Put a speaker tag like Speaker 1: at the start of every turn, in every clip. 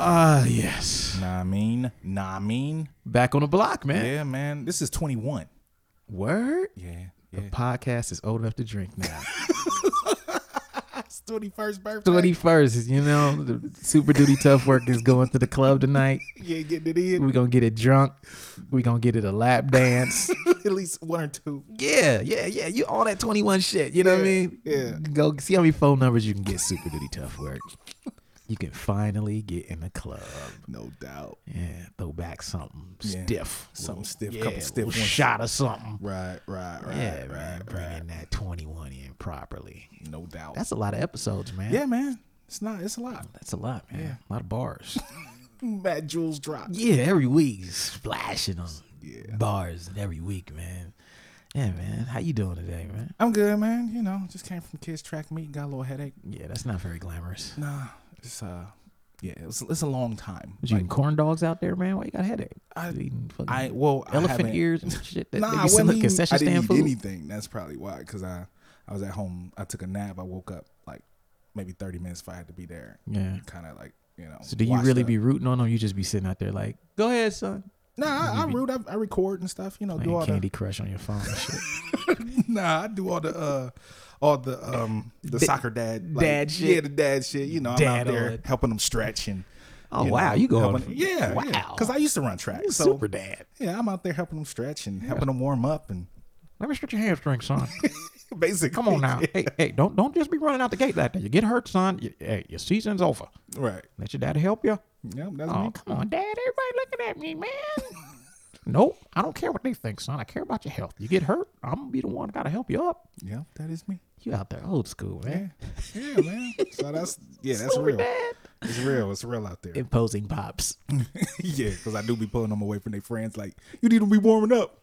Speaker 1: Ah, yes.
Speaker 2: Nah, I mean, nah, I mean.
Speaker 1: Back on the block, man.
Speaker 2: Yeah, man. This is 21.
Speaker 1: Word.
Speaker 2: Yeah, yeah.
Speaker 1: The podcast is old enough to drink now.
Speaker 2: It's 21st birthday.
Speaker 1: Twenty first, you know, the super duty tough work is going to the club tonight.
Speaker 2: Yeah, getting it in.
Speaker 1: We gonna get it drunk. We gonna get it a lap dance.
Speaker 2: At least one or two.
Speaker 1: Yeah, yeah, yeah. You all that twenty one shit. You know what I mean?
Speaker 2: yeah.
Speaker 1: Go see how many phone numbers you can get. Super duty tough work. You can finally get in the club.
Speaker 2: No doubt.
Speaker 1: Yeah, throw back something
Speaker 2: Yeah.
Speaker 1: stiff,
Speaker 2: Something
Speaker 1: Little-
Speaker 2: stiff,
Speaker 1: yeah,
Speaker 2: couple stiff
Speaker 1: little
Speaker 2: ones.
Speaker 1: shot or something.
Speaker 2: Right, right, right,
Speaker 1: yeah,
Speaker 2: right,
Speaker 1: man,
Speaker 2: right.
Speaker 1: bringing that twenty one in properly.
Speaker 2: No doubt.
Speaker 1: That's a lot of episodes, man.
Speaker 2: yeah, man. It's not. It's a lot.
Speaker 1: that's a lot, man. A lot of bars.
Speaker 2: Matt Jules drop.
Speaker 1: Yeah, every week splashing on
Speaker 2: Yeah.
Speaker 1: bars every week, man. Yeah, man. How you doing today, man?
Speaker 2: I'm good, man. You know, just came from kids track meet. Got a little headache.
Speaker 1: Yeah, that's not very glamorous.
Speaker 2: Nah, it's uh, yeah, it's it's a long time.
Speaker 1: Was you eating corn dogs out there, man? Why you got a headache?
Speaker 2: I-
Speaker 1: You eating fucking
Speaker 2: I well, I
Speaker 1: elephant
Speaker 2: haven't-
Speaker 1: ears and shit that
Speaker 2: Nah,
Speaker 1: nah,
Speaker 2: I
Speaker 1: they sell
Speaker 2: wasn't
Speaker 1: at
Speaker 2: eating,
Speaker 1: concession
Speaker 2: I didn't
Speaker 1: stand
Speaker 2: eat
Speaker 1: food.
Speaker 2: anything. That's probably why. Because I I was at home. I took a nap. I woke up like maybe 30 minutes if I had to be there.
Speaker 1: Yeah.
Speaker 2: Kind of like you know.
Speaker 1: So do you
Speaker 2: washed
Speaker 1: really
Speaker 2: up.
Speaker 1: be rooting on them? You just be sitting out there like, go ahead, son.
Speaker 2: Nah, I, I
Speaker 1: be-
Speaker 2: root. I, I record and stuff. You know, do
Speaker 1: Playing
Speaker 2: all
Speaker 1: Candy Crush on your phone and shit.
Speaker 2: the nah. I do all the uh, all the um, the
Speaker 1: Da-
Speaker 2: soccer dad
Speaker 1: dad shit.
Speaker 2: Yeah, the dad shit. You know, I'm
Speaker 1: Dad
Speaker 2: out there
Speaker 1: on it.
Speaker 2: helping them stretch and.
Speaker 1: Oh,
Speaker 2: know,
Speaker 1: wow. You go
Speaker 2: helping- Yeah.
Speaker 1: Wow.
Speaker 2: Because I used to run track.
Speaker 1: You're
Speaker 2: so
Speaker 1: super dad.
Speaker 2: yeah, I'm out there helping them stretch and helping them warm up and
Speaker 1: Let me stretch your hamstring, son.
Speaker 2: basically.
Speaker 1: Come on now. Hey, hey, don't don't just be running out the gate like that. You get hurt, son. You- hey, your season's over.
Speaker 2: Right.
Speaker 1: Let your daddy help you.
Speaker 2: Yep. That's
Speaker 1: Oh,
Speaker 2: me.
Speaker 1: come on, Dad. Everybody looking at me, man. nope. I don't care what they think, son. I care about your health. You get hurt, I'm going to be the one got to help you up.
Speaker 2: Yep. That is me.
Speaker 1: You out there old school, man.
Speaker 2: Yeah, man. So that's yeah, that's
Speaker 1: Super
Speaker 2: real.
Speaker 1: dad.
Speaker 2: It's real. It's real out there.
Speaker 1: Imposing pops.
Speaker 2: yeah, because I do be pulling them away from their friends. Like you need to be warming up,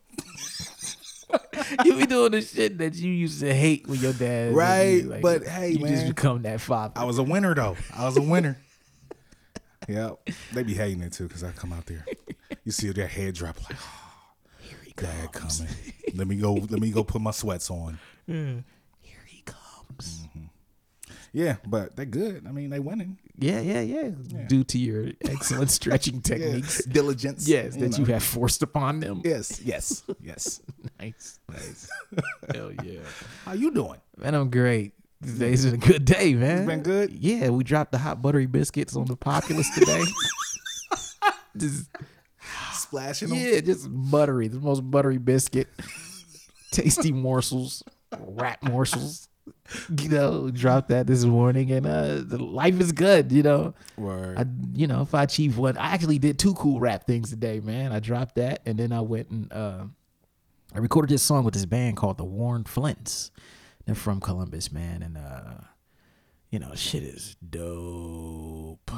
Speaker 1: you be doing the shit that you used to hate when your dad. was
Speaker 2: right?
Speaker 1: like-
Speaker 2: but hey,
Speaker 1: you
Speaker 2: man,
Speaker 1: just become that father.
Speaker 2: I was a winner though. I was a winner. yep. They be hating it too because I come out there. You see their head drop like.
Speaker 1: Here he
Speaker 2: Dad
Speaker 1: comes.
Speaker 2: coming. Let me go. Let me go put my sweats on.
Speaker 1: Here he comes.
Speaker 2: Yeah, but they're good. I mean, they winning.
Speaker 1: Yeah, yeah, yeah, Due to your excellent stretching techniques.
Speaker 2: Diligence.
Speaker 1: Yes, that you
Speaker 2: know.
Speaker 1: have forced upon them.
Speaker 2: Yes, yes, yes.
Speaker 1: Nice, nice. Hell yeah.
Speaker 2: How you doing?
Speaker 1: Man, I'm great. Today's been a good day, man.
Speaker 2: been good?
Speaker 1: Yeah, we dropped the hot buttery biscuits on the populace today. just,
Speaker 2: Splashing them.
Speaker 1: yeah, just buttery, the most buttery biscuit. Tasty morsels, rat morsels. You know, dropped that this morning, and uh, the life is good. You know,
Speaker 2: Word.
Speaker 1: I, you know, if I achieve one, I actually did two cool rap things today, man. I dropped that, and then I went and uh, I recorded this song with this band called the Warren Flints. They're from Columbus, man, and uh, you know, shit is dope,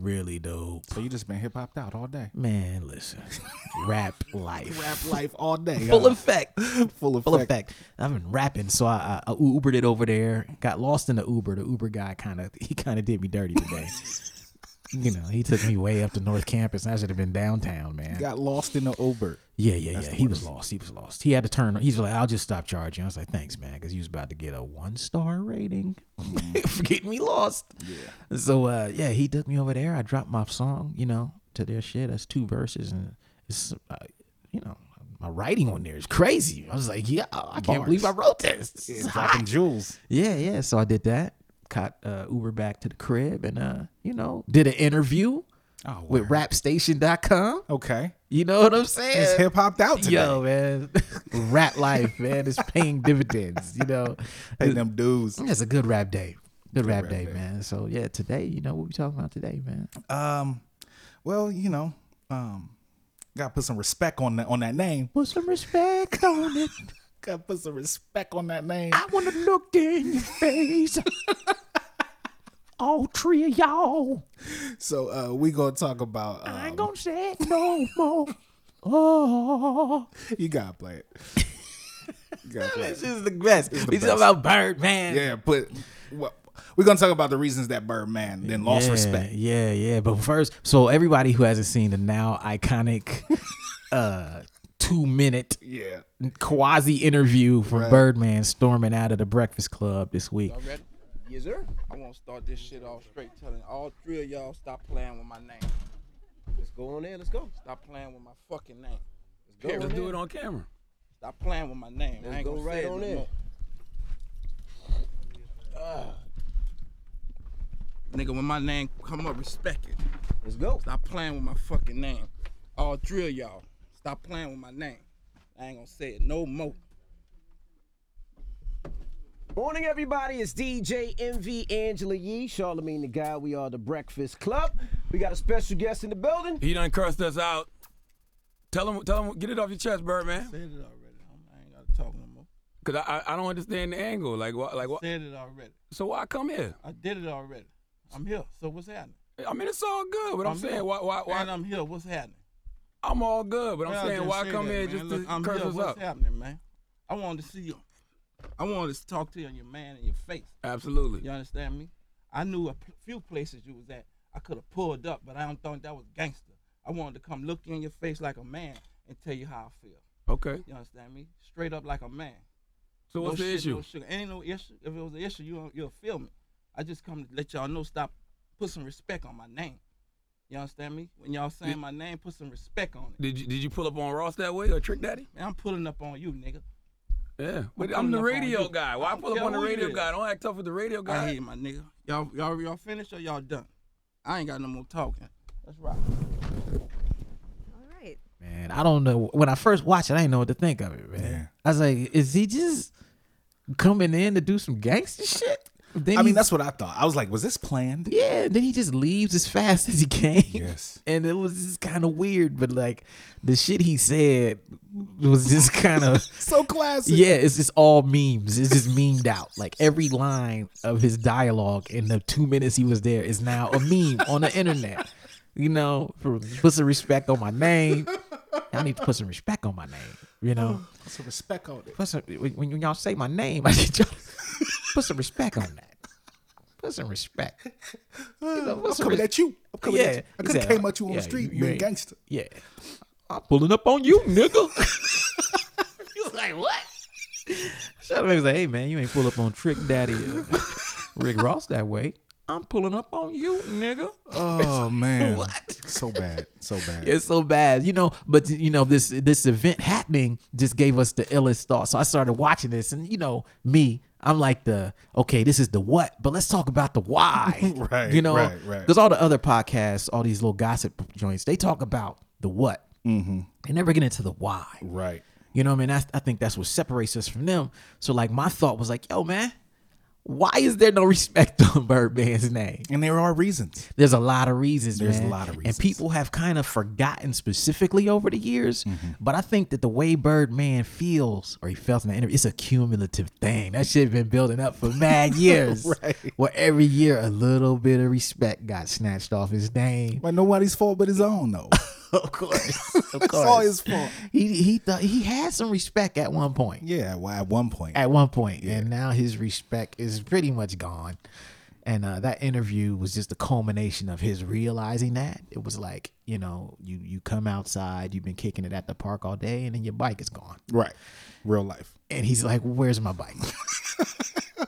Speaker 1: really dope,
Speaker 2: so you just been hip hopped out all day.
Speaker 1: man. Listen, rap life,
Speaker 2: Rap life all day.
Speaker 1: full
Speaker 2: huh?
Speaker 1: effect.
Speaker 2: full effect.
Speaker 1: Full effect. I've been rapping, so I, I, I Ubered it over there. Got lost in the Uber. The Uber guy kind of he kind of did me dirty today. you know, he took me way up to North Campus. I should have been downtown, man.
Speaker 2: Got lost in the Uber.
Speaker 1: yeah, yeah, yeah. He was lost. He was lost. He had to turn. He's like, I'll just stop charging. I was like, thanks, man, because he was about to get a one star rating for getting me lost. Yeah. So uh, yeah, he took me over there. I dropped my song, you know, to their shit. That's two verses, and it's uh, you know. My writing on there is crazy. I was like, yeah, I can't
Speaker 2: Bars.
Speaker 1: believe I wrote this. This is
Speaker 2: Yeah,
Speaker 1: hot.
Speaker 2: dropping jewels.
Speaker 1: Yeah, yeah. So I did that. Caught uh, Uber back to the crib and, uh, you know, did an interview
Speaker 2: Oh,
Speaker 1: with rapstation.com.
Speaker 2: Okay.
Speaker 1: You know what I'm
Speaker 2: Just
Speaker 1: saying?
Speaker 2: hip hopped out today.
Speaker 1: Yo, man. rap life, man, is paying dividends, you know.
Speaker 2: Pay them dues.
Speaker 1: It's a good rap day. Good rap,
Speaker 2: rap
Speaker 1: day,
Speaker 2: day.
Speaker 1: man. So, yeah, today, you know, what we talking about today, man?
Speaker 2: Um, well, you know, um, gotta put some respect on that on that name.
Speaker 1: Put some respect on it.
Speaker 2: Gotta put some respect on that name.
Speaker 1: I want to look in your face. All three of y'all.
Speaker 2: So uh, we gonna talk about.
Speaker 1: I ain't
Speaker 2: Um,
Speaker 1: gonna say it no more. Oh.
Speaker 2: you gotta play it. You gotta play it.
Speaker 1: This is the best. We talking about Birdman.
Speaker 2: Yeah, but well, we're gonna talk about the reasons that Birdman then lost respect.
Speaker 1: Yeah, yeah. But first, so everybody who hasn't seen the now iconic uh two minute
Speaker 2: Yeah.
Speaker 1: quasi interview from Birdman storming out of the Breakfast Club this week.
Speaker 3: Yes, sir. I want to start this shit off straight, telling all three of y'all stop playing with my name.
Speaker 4: Let's go on there. Let's go.
Speaker 3: Stop playing with my fucking name.
Speaker 4: Let's go.
Speaker 3: Let's
Speaker 4: on
Speaker 5: Let's do
Speaker 4: there.
Speaker 5: it on camera.
Speaker 3: Stop playing with my name.
Speaker 4: Let's
Speaker 3: I ain't
Speaker 4: go
Speaker 3: gonna
Speaker 4: right
Speaker 3: say it
Speaker 4: on
Speaker 3: no
Speaker 4: in.
Speaker 3: more. Ah. Nigga, when my name come up, respect it.
Speaker 4: Let's go.
Speaker 3: Stop playing with my fucking name. All three of y'all, stop playing with my name. I ain't gonna say it no more.
Speaker 4: Morning, everybody. It's DJ MV Angela Yee, Charlemagne the Guy. We are the Breakfast Club. We got a special guest in the building.
Speaker 5: He done cursed us out. Tell him, tell him, get it off your chest, Birdman.
Speaker 3: Said it already. I'm- I ain't gotta talk no more.
Speaker 5: Cause I, I, I don't understand the angle. Like what, like what?
Speaker 3: Said it already.
Speaker 5: So why come here?
Speaker 3: I did it already. I'm here. So what's happening?
Speaker 5: I mean, it's all good, but I'm,
Speaker 3: I'm
Speaker 5: saying
Speaker 3: here.
Speaker 5: why, why, why?
Speaker 3: And I'm here. What's happening?
Speaker 5: I'm all good, but I'm
Speaker 3: Well,
Speaker 5: saying
Speaker 3: just
Speaker 5: why
Speaker 3: say
Speaker 5: come
Speaker 3: that,
Speaker 5: here
Speaker 3: man.
Speaker 5: just
Speaker 3: Look,
Speaker 5: to
Speaker 3: I'm
Speaker 5: curse
Speaker 3: here.
Speaker 5: us
Speaker 3: What's
Speaker 5: up?
Speaker 3: happening, man? I wanted to see you. I wanted to talk to you and your man in your face.
Speaker 5: Absolutely.
Speaker 3: You understand me? I knew a p- few places you was at. I could have pulled up, but I don't think that was gangster. I wanted to come look you in your face like a man and tell you how I feel.
Speaker 5: Okay.
Speaker 3: You understand me? Straight up like a man.
Speaker 5: So what's
Speaker 3: no
Speaker 5: the
Speaker 3: shit,
Speaker 5: issue?
Speaker 3: No sugar. Ain't no issue. If it was an issue, you don't- you'll feel me. I just come to let y'all know. Stop. Put some respect on my name. You understand me? When y'all saying my name, put some respect on it.
Speaker 5: Did you, did you pull up on Ross that way or Trick Daddy?
Speaker 3: Man, I'm pulling up on you, nigga.
Speaker 5: Yeah, but
Speaker 3: pulling
Speaker 5: I'm the
Speaker 3: up on
Speaker 5: radio
Speaker 3: you.
Speaker 5: guy. Why
Speaker 3: I don't
Speaker 5: pull up
Speaker 3: care
Speaker 5: on the
Speaker 3: who you
Speaker 5: radio
Speaker 3: is.
Speaker 5: guy? Don't act tough with the radio
Speaker 3: I
Speaker 5: guy.
Speaker 3: hear you, my nigga. Y'all, y'all, y'all finished or y'all done? I ain't got no more talking. Let's rock.
Speaker 6: All right.
Speaker 1: Man, I don't know. When I first watched it, I didn't know what to think of it, man.
Speaker 2: Yeah.
Speaker 1: I was like, is he just coming in to do some gangster shit? Then
Speaker 2: I mean,
Speaker 1: he's-
Speaker 2: that's what I thought. I was like, was this planned?
Speaker 1: yeah. Then he just leaves as fast as he came.
Speaker 2: Yes.
Speaker 1: And it was just kind of weird, but like the shit he said was just kind of
Speaker 2: So classic.
Speaker 1: yeah. It's just all memes. It's just memed out. Like every line of his dialogue in the two minutes he was there is now a meme on the internet. You know, for- put some respect on my name. I need to put some respect on my name. You know.
Speaker 2: Put some respect on it.
Speaker 1: put some when, when y'all say my name, I need y'all to put some respect on that. Put some respect. You know, put
Speaker 2: I'm
Speaker 1: some
Speaker 2: coming
Speaker 1: res-
Speaker 2: at you. I'm coming at you. I could have
Speaker 1: exactly.
Speaker 2: came at you on
Speaker 1: Yeah,
Speaker 2: the street.
Speaker 1: you
Speaker 2: You, are a
Speaker 1: ain't-
Speaker 2: gangster.
Speaker 1: Yeah. I'm pulling up on you, nigga. you was like, what? Shut up. He was like, hey man, you ain't pull up on Trick Daddy or Rick Ross that way. I'm pulling up on you, nigga.
Speaker 2: Oh man.
Speaker 1: What?
Speaker 2: So bad. So bad.
Speaker 1: It's so bad, you know. But you know, this this event happening just gave us the illest thought. So I started watching this, and you know, me, I'm like the okay, this is the what, but let's talk about the why,
Speaker 2: Right,
Speaker 1: You know,
Speaker 2: right, right.
Speaker 1: because all the other podcasts, all these little gossip joints, they talk about the what, mm-hmm. they never get into the why.
Speaker 2: Right.
Speaker 1: You know what I mean? That's, I think that's what separates us from them. So like, my thought was like, yo, man, why is there no respect on Birdman's name?
Speaker 2: And there are reasons.
Speaker 1: There's a lot of reasons.
Speaker 2: There's a
Speaker 1: man.
Speaker 2: lot of
Speaker 1: and
Speaker 2: reasons.
Speaker 1: people have kind of forgotten specifically over the years.
Speaker 2: Mm-hmm.
Speaker 1: But I think that the way Birdman feels, or he felt in the interview, it's a cumulative thing. That shit been building up for mad years.
Speaker 2: Right.
Speaker 1: Where every year a little bit of respect got snatched off his name.
Speaker 2: But nobody's fault but his own though.
Speaker 1: Of course, of course.
Speaker 2: It's all his fault.
Speaker 1: He he thought he had some respect at one point.
Speaker 2: Yeah, well, at one point.
Speaker 1: At one point, and now his respect is pretty much gone. And uh, that interview was just the culmination of his realizing that it was like you know you you come outside, you've been kicking it at the park all day, and then your bike is gone.
Speaker 2: right. Real life.
Speaker 1: And he's like, "Where's my bike?"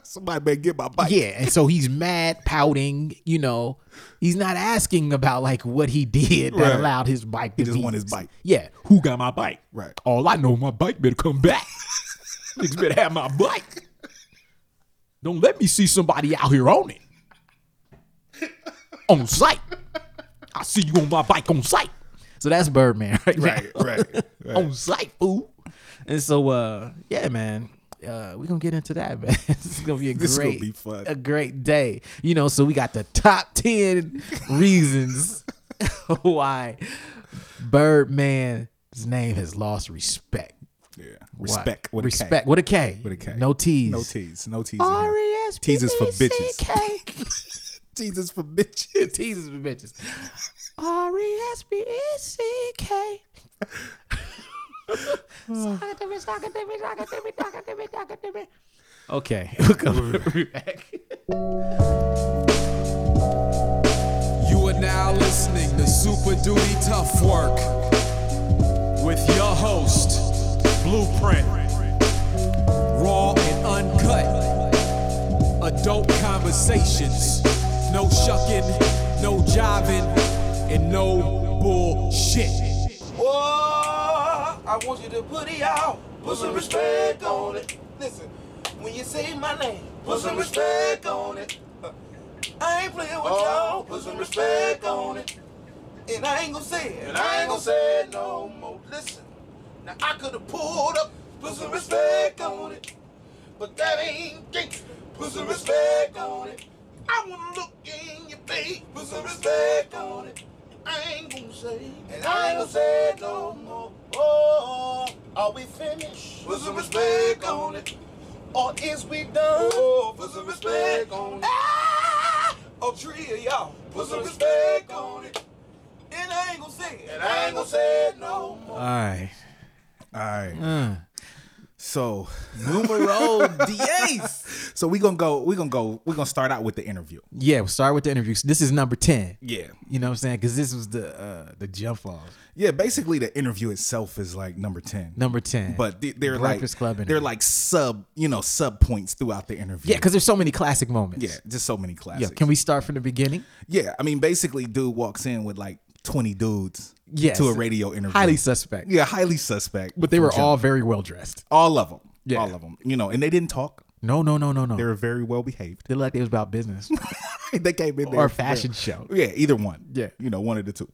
Speaker 2: Somebody better get my bike.
Speaker 1: yeah, and so he's mad, pouting. You know, he's not asking about like what he did that
Speaker 2: Right.
Speaker 1: allowed his bike. To
Speaker 2: just
Speaker 1: be-
Speaker 2: want his bike.
Speaker 1: Yeah, who got my bike?
Speaker 2: Right.
Speaker 1: All I know, my bike better come back. Niggas better have my bike. Don't let me see somebody out here on it. On site. I see you on my bike on site. So that's Birdman, right? now.
Speaker 2: Right, right, right.
Speaker 1: on site, fool. And so, uh, yeah, man, uh, we're gonna get into that, man. this is gonna be a
Speaker 2: This gonna
Speaker 1: great,
Speaker 2: be fun.
Speaker 1: a great day. You know, so we got the top ten reasons why Birdman's name has lost respect.
Speaker 2: Yeah.
Speaker 1: Why?
Speaker 2: Respect. With
Speaker 1: respect
Speaker 2: A K.
Speaker 1: with a K,
Speaker 2: With a K.
Speaker 1: no T's,
Speaker 2: No T's. No T's. in here.
Speaker 1: R E S P E
Speaker 2: T's
Speaker 1: C
Speaker 2: is
Speaker 1: K.
Speaker 2: for T's is for bitches.
Speaker 1: T's is for bitches. R E S P E C K. Okay. We'll come back.
Speaker 5: You are now listening to Super Duty Tough Work with your host, Blueprint. Raw and uncut. A dope conversations. No shucking, no jiving, and no bullshit.
Speaker 3: Boy, I want you to put it out. Put some respect on it. Listen, when you say my name, put some respect on it. I ain't playing with y'all. Oh, Put some respect on it. And I ain't gonna say it. And I ain't gonna say it no more. Listen, now I could have pulled up. Put some respect on it. But that ain't gangsta. Put some respect on it. I wanna look in your face. Put some respect on it. I ain't gonna say. And I ain't gonna say it no more. Oh, are we finished? Put some respect on it. Or is we done? Oh, put some respect on it. Ah! Oh, Tria, y'all. Put some respect on it. And I ain't gonna say it. And I ain't gonna say it no
Speaker 1: All
Speaker 3: more.
Speaker 1: right.
Speaker 2: All right. So,
Speaker 1: Mm. Numero diez.
Speaker 2: so we gonna go. We gonna go. We gonna start out with the interview.
Speaker 1: Yeah, we'll start with the interview. This is number 10.
Speaker 2: Yeah,
Speaker 1: You know what I'm saying? Because this was the uh, the jump off.
Speaker 2: yeah. Basically, the interview itself is like number ten.
Speaker 1: Number 10.
Speaker 2: but they- they're
Speaker 1: Breakfast
Speaker 2: like
Speaker 1: Club interview.
Speaker 2: they're like sub. You know, sub points throughout the interview.
Speaker 1: Yeah, because there's so many classic moments.
Speaker 2: yeah, just so many classics.
Speaker 1: Yeah, can we start from the beginning?
Speaker 2: Yeah, I mean, basically, dude walks in with like twenty dudes.
Speaker 1: Yes.
Speaker 2: to a radio interview.
Speaker 1: Highly suspect.
Speaker 2: Yeah, highly suspect.
Speaker 1: But they were
Speaker 2: From
Speaker 1: all very well dressed.
Speaker 2: all of them.
Speaker 1: Yeah.
Speaker 2: all of them. You know, and they didn't talk.
Speaker 1: No, no, no, no, no.
Speaker 2: They
Speaker 1: They
Speaker 2: were very well behaved.
Speaker 1: looked like it was about business
Speaker 2: they came in there
Speaker 1: or a
Speaker 2: for real.
Speaker 1: fashion show.
Speaker 2: Yeah, either one.
Speaker 1: Yeah.
Speaker 2: You know, one of the two.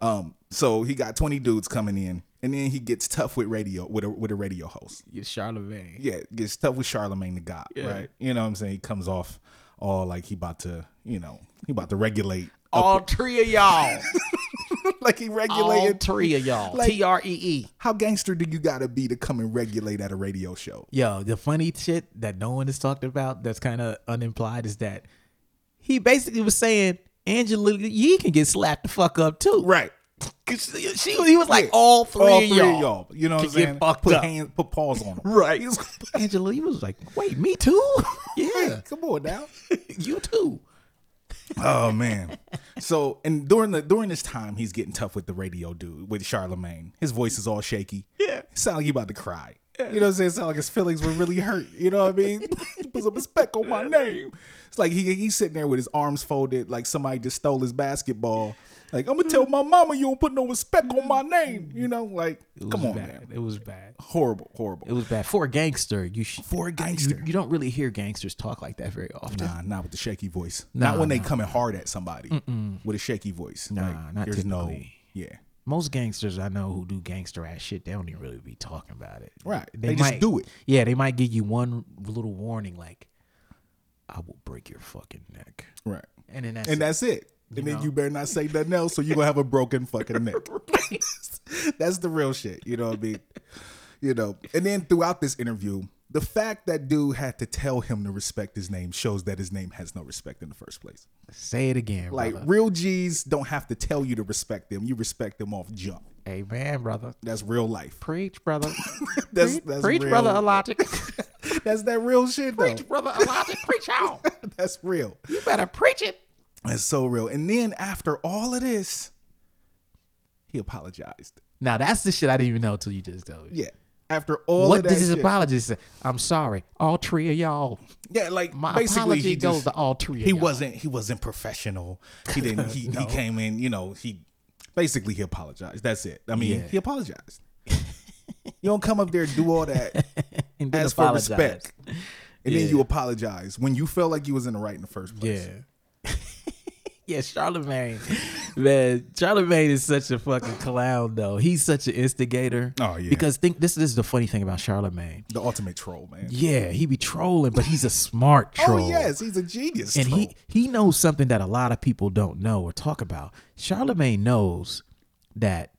Speaker 2: Um, so he got 20 dudes coming in, and then he gets tough with radio with a with a radio host.
Speaker 1: Yeah, Charlemagne.
Speaker 2: Yeah, gets tough with Charlemagne the God, right? You know what I'm saying? He comes off all like he about to, you know, he about to regulate.
Speaker 1: All three of y'all.
Speaker 2: like he
Speaker 1: All
Speaker 2: regulated.
Speaker 1: three of y'all.
Speaker 2: Like-
Speaker 1: T R E E.
Speaker 2: How gangster do you gotta be to come and regulate at a radio show?
Speaker 1: Yo, the funny shit that no one has talked about that's kind of unimplied is that he basically was saying Angela Yee can get slapped the fuck up too.
Speaker 2: Right.
Speaker 1: 'Cause She, she- he was like
Speaker 2: Yeah.
Speaker 1: all three,
Speaker 2: all
Speaker 1: of,
Speaker 2: three
Speaker 1: y'all.
Speaker 2: of y'all. You know what
Speaker 1: can
Speaker 2: I'm
Speaker 1: get
Speaker 2: saying?
Speaker 1: fucked
Speaker 2: put
Speaker 1: up.
Speaker 2: hands, put paws on them.
Speaker 1: Right.
Speaker 2: He was-
Speaker 1: Angela Yee was like, wait, me too? yeah,
Speaker 2: Hey, come on now.
Speaker 1: you too.
Speaker 2: Oh man. So and during the during this time he's getting tough with the radio dude with Charlemagne. His voice is all shaky.
Speaker 1: Yeah.
Speaker 2: Sound like he about to cry. You know what I'm saying? Sound like his feelings were really hurt. You know what I mean? Put some respect on my name. It's like he he's sitting there with his arms folded, like somebody just stole his basketball. Like, I'm gonna tell my mama you don't put no respect on my name. You know, like
Speaker 1: It
Speaker 2: come
Speaker 1: was
Speaker 2: on,
Speaker 1: bad.
Speaker 2: man.
Speaker 1: It was bad.
Speaker 2: Horrible, horrible.
Speaker 1: It was bad. For a gangster, you sh-
Speaker 2: For a
Speaker 1: you,
Speaker 2: gangster.
Speaker 1: you don't really hear gangsters talk like that very often.
Speaker 2: Nah, not with the shaky voice.
Speaker 1: Nah,
Speaker 2: not when they
Speaker 1: nah.
Speaker 2: coming hard at somebody with a shaky voice.
Speaker 1: Nah,
Speaker 2: like,
Speaker 1: not
Speaker 2: there's
Speaker 1: typically.
Speaker 2: no yeah.
Speaker 1: Most gangsters I know who do gangster ass shit, they don't even really be talking about it.
Speaker 2: Right. They just do it.
Speaker 1: Yeah, they might give you one little warning like, I will break your fucking neck.
Speaker 2: Right.
Speaker 1: And then that's, it.
Speaker 2: And that's it. And
Speaker 1: You
Speaker 2: then
Speaker 1: know?
Speaker 2: you better not say nothing else, so you gonna have a broken fucking neck. that's the real shit. You know what I mean? You know. And then throughout this interview, the fact that dude had to tell him to respect his name shows that his name has no respect in the first place.
Speaker 1: say it again.
Speaker 2: Like
Speaker 1: brother.
Speaker 2: real G's don't have to tell you to respect them. You respect them off jump.
Speaker 1: Amen, brother.
Speaker 2: That's real life.
Speaker 1: Preach, brother.
Speaker 2: That's
Speaker 1: preach,
Speaker 2: that's
Speaker 1: preach
Speaker 2: real.
Speaker 1: brother, Elijah.
Speaker 2: That's that real shit though.
Speaker 1: preach, brother, Elijah. Preach out.
Speaker 2: That's real.
Speaker 1: You better preach it.
Speaker 2: That's so real. And then after all of this, he apologized.
Speaker 1: Now that's the shit I didn't even know till you just told me.
Speaker 2: Yeah. After all
Speaker 1: what
Speaker 2: of that
Speaker 1: does his
Speaker 2: shit.
Speaker 1: apologist say? I'm sorry. All three of y'all.
Speaker 2: Yeah, like
Speaker 1: My
Speaker 2: basically
Speaker 1: apology
Speaker 2: he
Speaker 1: goes
Speaker 2: just-
Speaker 1: to all three of
Speaker 2: He
Speaker 1: y'all.
Speaker 2: wasn't he wasn't professional. He didn't he, he came in, you know, he basically he apologized. That's it. I mean,
Speaker 1: Yeah.
Speaker 2: he apologized. you don't come up there and do all that
Speaker 1: And then
Speaker 2: ask for
Speaker 1: apologize.
Speaker 2: respect. And
Speaker 1: Yeah.
Speaker 2: then you apologize when you felt like you was in the right in the first place.
Speaker 1: Yeah. yeah, Charlemagne. Man, Charlemagne is such a fucking clown though. He's such an instigator.
Speaker 2: Oh, yeah.
Speaker 1: Because think this, this is the funny thing about Charlemagne.
Speaker 2: The ultimate troll, man.
Speaker 1: Yeah, he be trolling, but he's a smart troll.
Speaker 2: Oh yes, he's a genius.
Speaker 1: and
Speaker 2: troll.
Speaker 1: he he knows something that a lot of people don't know or talk about. Charlemagne knows that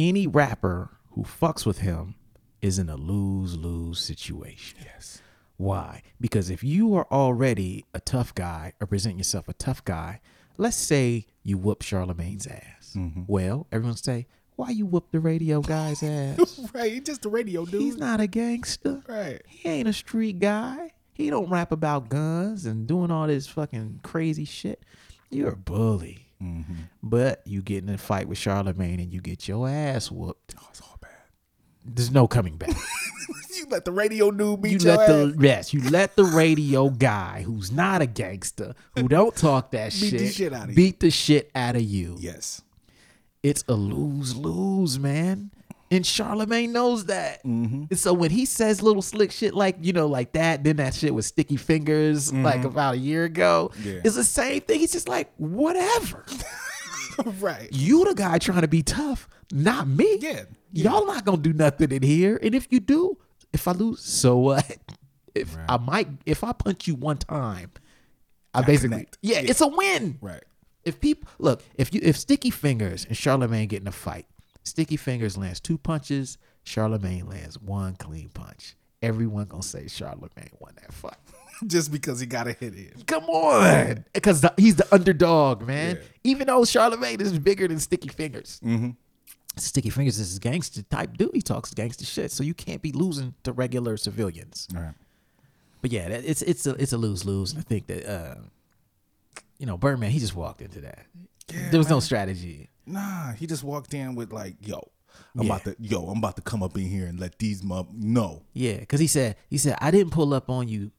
Speaker 1: any rapper who fucks with him is in a lose lose situation. Yes. Why? Because if you are already a tough guy or present yourself a tough guy, let's say you whoop Charlemagne's ass. Well, everyone say, why you whoop the radio guy's ass?
Speaker 2: right, he's just a radio dude.
Speaker 1: He's not a gangster.
Speaker 2: Right.
Speaker 1: He ain't a street guy. He don't rap about guns and doing all this fucking crazy shit. You're a bully.
Speaker 2: Mm-hmm.
Speaker 1: But you get in a fight with Charlemagne and you get your ass whooped.
Speaker 2: It's Oh, all bad.
Speaker 1: There's no coming back.
Speaker 2: You You let the radio dude beat
Speaker 1: you
Speaker 2: your
Speaker 1: let the
Speaker 2: ass.
Speaker 1: yes, you let the radio guy who's not a gangster, who don't talk that
Speaker 2: Beat the
Speaker 1: shit,
Speaker 2: shit outta you.
Speaker 1: beat the shit out of you.
Speaker 2: Yes.
Speaker 1: It's a lose lose, man. And Charlemagne knows that.
Speaker 2: Mm-hmm.
Speaker 1: And so when he says little slick shit like, you know, like that, then that shit with sticky fingers, like about a year ago,
Speaker 2: Mm-hmm. Yeah.
Speaker 1: it's the same thing. He's just like, whatever.
Speaker 2: right.
Speaker 1: You the guy trying to be tough, not me.
Speaker 2: Yeah.
Speaker 1: Y'all not gonna do nothing in here. And if you do, if I lose, so what? If I might if I punch you one time, I, basically
Speaker 2: connect.
Speaker 1: yeah, it's a win.
Speaker 2: Right.
Speaker 1: If people look, if you if Sticky Fingers and Charlemagne get in a fight, Sticky Fingers lands two punches, Charlemagne lands one clean punch. Everyone gonna say Charlemagne won that fight.
Speaker 2: Just because he got a hit in.
Speaker 1: Come on, because he's the underdog, man. Even though Charlemagne is bigger than Sticky Fingers,
Speaker 2: Mm-hmm.
Speaker 1: Sticky Fingers is a gangster type dude. He talks gangster shit, so you can't be losing to regular civilians.
Speaker 2: Right.
Speaker 1: But yeah, that- it's it's a it's a lose lose, and I think that uh, you know Birdman he just walked into that. there was no strategy.
Speaker 2: Nah, he just walked in with like, yo, I'm about to yo, I'm about to come up in here and let these mub know.
Speaker 1: Yeah, because he said he said I didn't pull up on you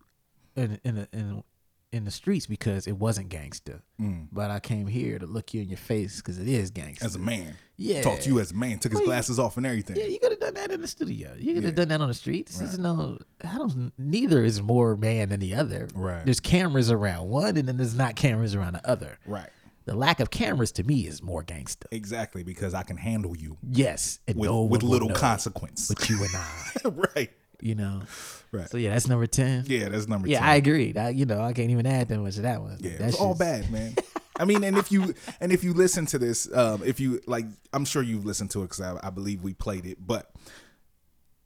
Speaker 1: in in the- in, in the streets because it wasn't gangster, but I came here to look you in your face because it is gangster.
Speaker 2: Mm. As a man.
Speaker 1: Yeah.
Speaker 2: Talk to you as a man. Took his
Speaker 1: Well, you-
Speaker 2: glasses off and everything.
Speaker 1: Yeah, you could have done that in the studio. You could have done that on the street. This is no, I don't. Neither is more man than the other.
Speaker 2: Right.
Speaker 1: There's cameras around one, and then there's not cameras around the other.
Speaker 2: Right.
Speaker 1: The lack of cameras to me is more gangster.
Speaker 2: Exactly, because I can handle you
Speaker 1: Yes, and
Speaker 2: with
Speaker 1: no one
Speaker 2: with
Speaker 1: will
Speaker 2: little
Speaker 1: know
Speaker 2: consequence.
Speaker 1: But you and I,
Speaker 2: right.
Speaker 1: you know.
Speaker 2: Right.
Speaker 1: So yeah, that's number ten.
Speaker 2: Yeah, that's number
Speaker 1: Yeah,
Speaker 2: 10.
Speaker 1: I agree. I, you know, I can't even add that much to that one.
Speaker 2: Yeah,
Speaker 1: That's
Speaker 2: it was all
Speaker 1: just-
Speaker 2: bad, man. I mean, and if you and if you listen to this, um, if you like, I'm sure you've listened to it because I, I believe we played it. But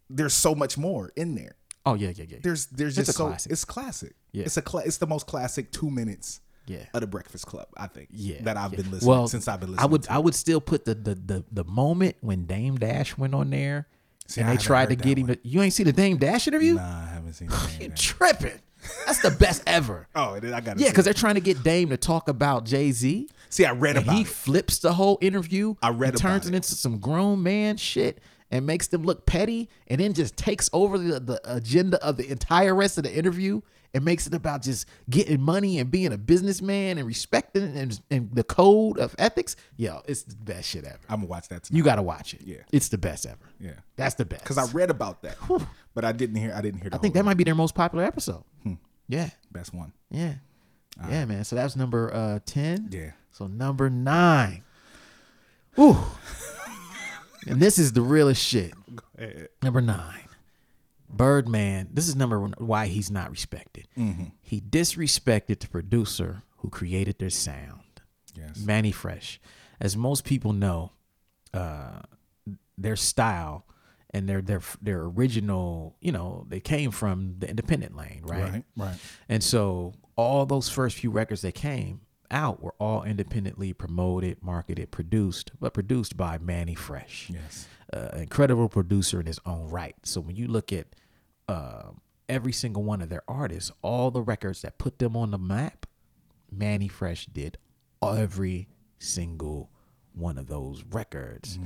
Speaker 2: there's so much more in there.
Speaker 1: Oh yeah, yeah, yeah.
Speaker 2: There's there's
Speaker 1: It's a
Speaker 2: just so
Speaker 1: classic.
Speaker 2: it's classic.
Speaker 1: Yeah.
Speaker 2: it's a cla it's the most classic two minutes.
Speaker 1: Yeah.
Speaker 2: of the Breakfast Club, I think.
Speaker 1: yeah,
Speaker 2: that I've
Speaker 1: yeah.
Speaker 2: been listening since I've been listening.
Speaker 1: I would
Speaker 2: to it.
Speaker 1: I would still put the the the, the moment when Dame Dash went on there
Speaker 2: See,
Speaker 1: and
Speaker 2: I
Speaker 1: they
Speaker 2: haven't
Speaker 1: tried to
Speaker 2: heard that
Speaker 1: get him.
Speaker 2: one.
Speaker 1: to- you ain't see the Dame Dash interview?
Speaker 2: Nah, I haven't seen. that
Speaker 1: You
Speaker 2: yet.
Speaker 1: tripping? That's the best ever.
Speaker 2: oh, and then I got
Speaker 1: Yeah, because they're trying to get Dame to talk about Jay Z.
Speaker 2: see, I read
Speaker 1: And
Speaker 2: about
Speaker 1: he
Speaker 2: it.
Speaker 1: flips the whole interview.
Speaker 2: I read
Speaker 1: and turns it
Speaker 2: about it.
Speaker 1: into some grown man shit and makes them look petty, and then just takes over the, the agenda of the entire rest of the interview and makes it about just getting money and being a businessman and respecting and, and the code of ethics. Yo, it's the best shit ever.
Speaker 2: I'm gonna watch that tonight.
Speaker 1: You gotta watch it.
Speaker 2: Yeah.
Speaker 1: it's the best ever.
Speaker 2: Yeah.
Speaker 1: that's the best.
Speaker 2: because I read about that, but I didn't hear. I didn't hear. The
Speaker 1: I think that might be their most popular episode.
Speaker 2: Hmm.
Speaker 1: Yeah.
Speaker 2: best one.
Speaker 1: Yeah. yeah, man. So that was number uh ten.
Speaker 2: Yeah.
Speaker 1: So number nine. Ooh. and this is the realest shit. Number nine. Birdman. This is number one, why he's not respected.
Speaker 2: Mm-hmm.
Speaker 1: He disrespected the producer who created their sound.
Speaker 2: Yes.
Speaker 1: Manny Fresh. As most people know, uh, their style and their their their original, you know, they came from the independent lane, right?
Speaker 2: Right, right.
Speaker 1: And so all those first few records that came out were all independently promoted, marketed, produced, but produced by Manny Fresh.
Speaker 2: Yes.
Speaker 1: Uh, incredible producer in his own right. So when you look at uh, every single one of their artists, all the records that put them on the map, Manny Fresh did every single one of those records.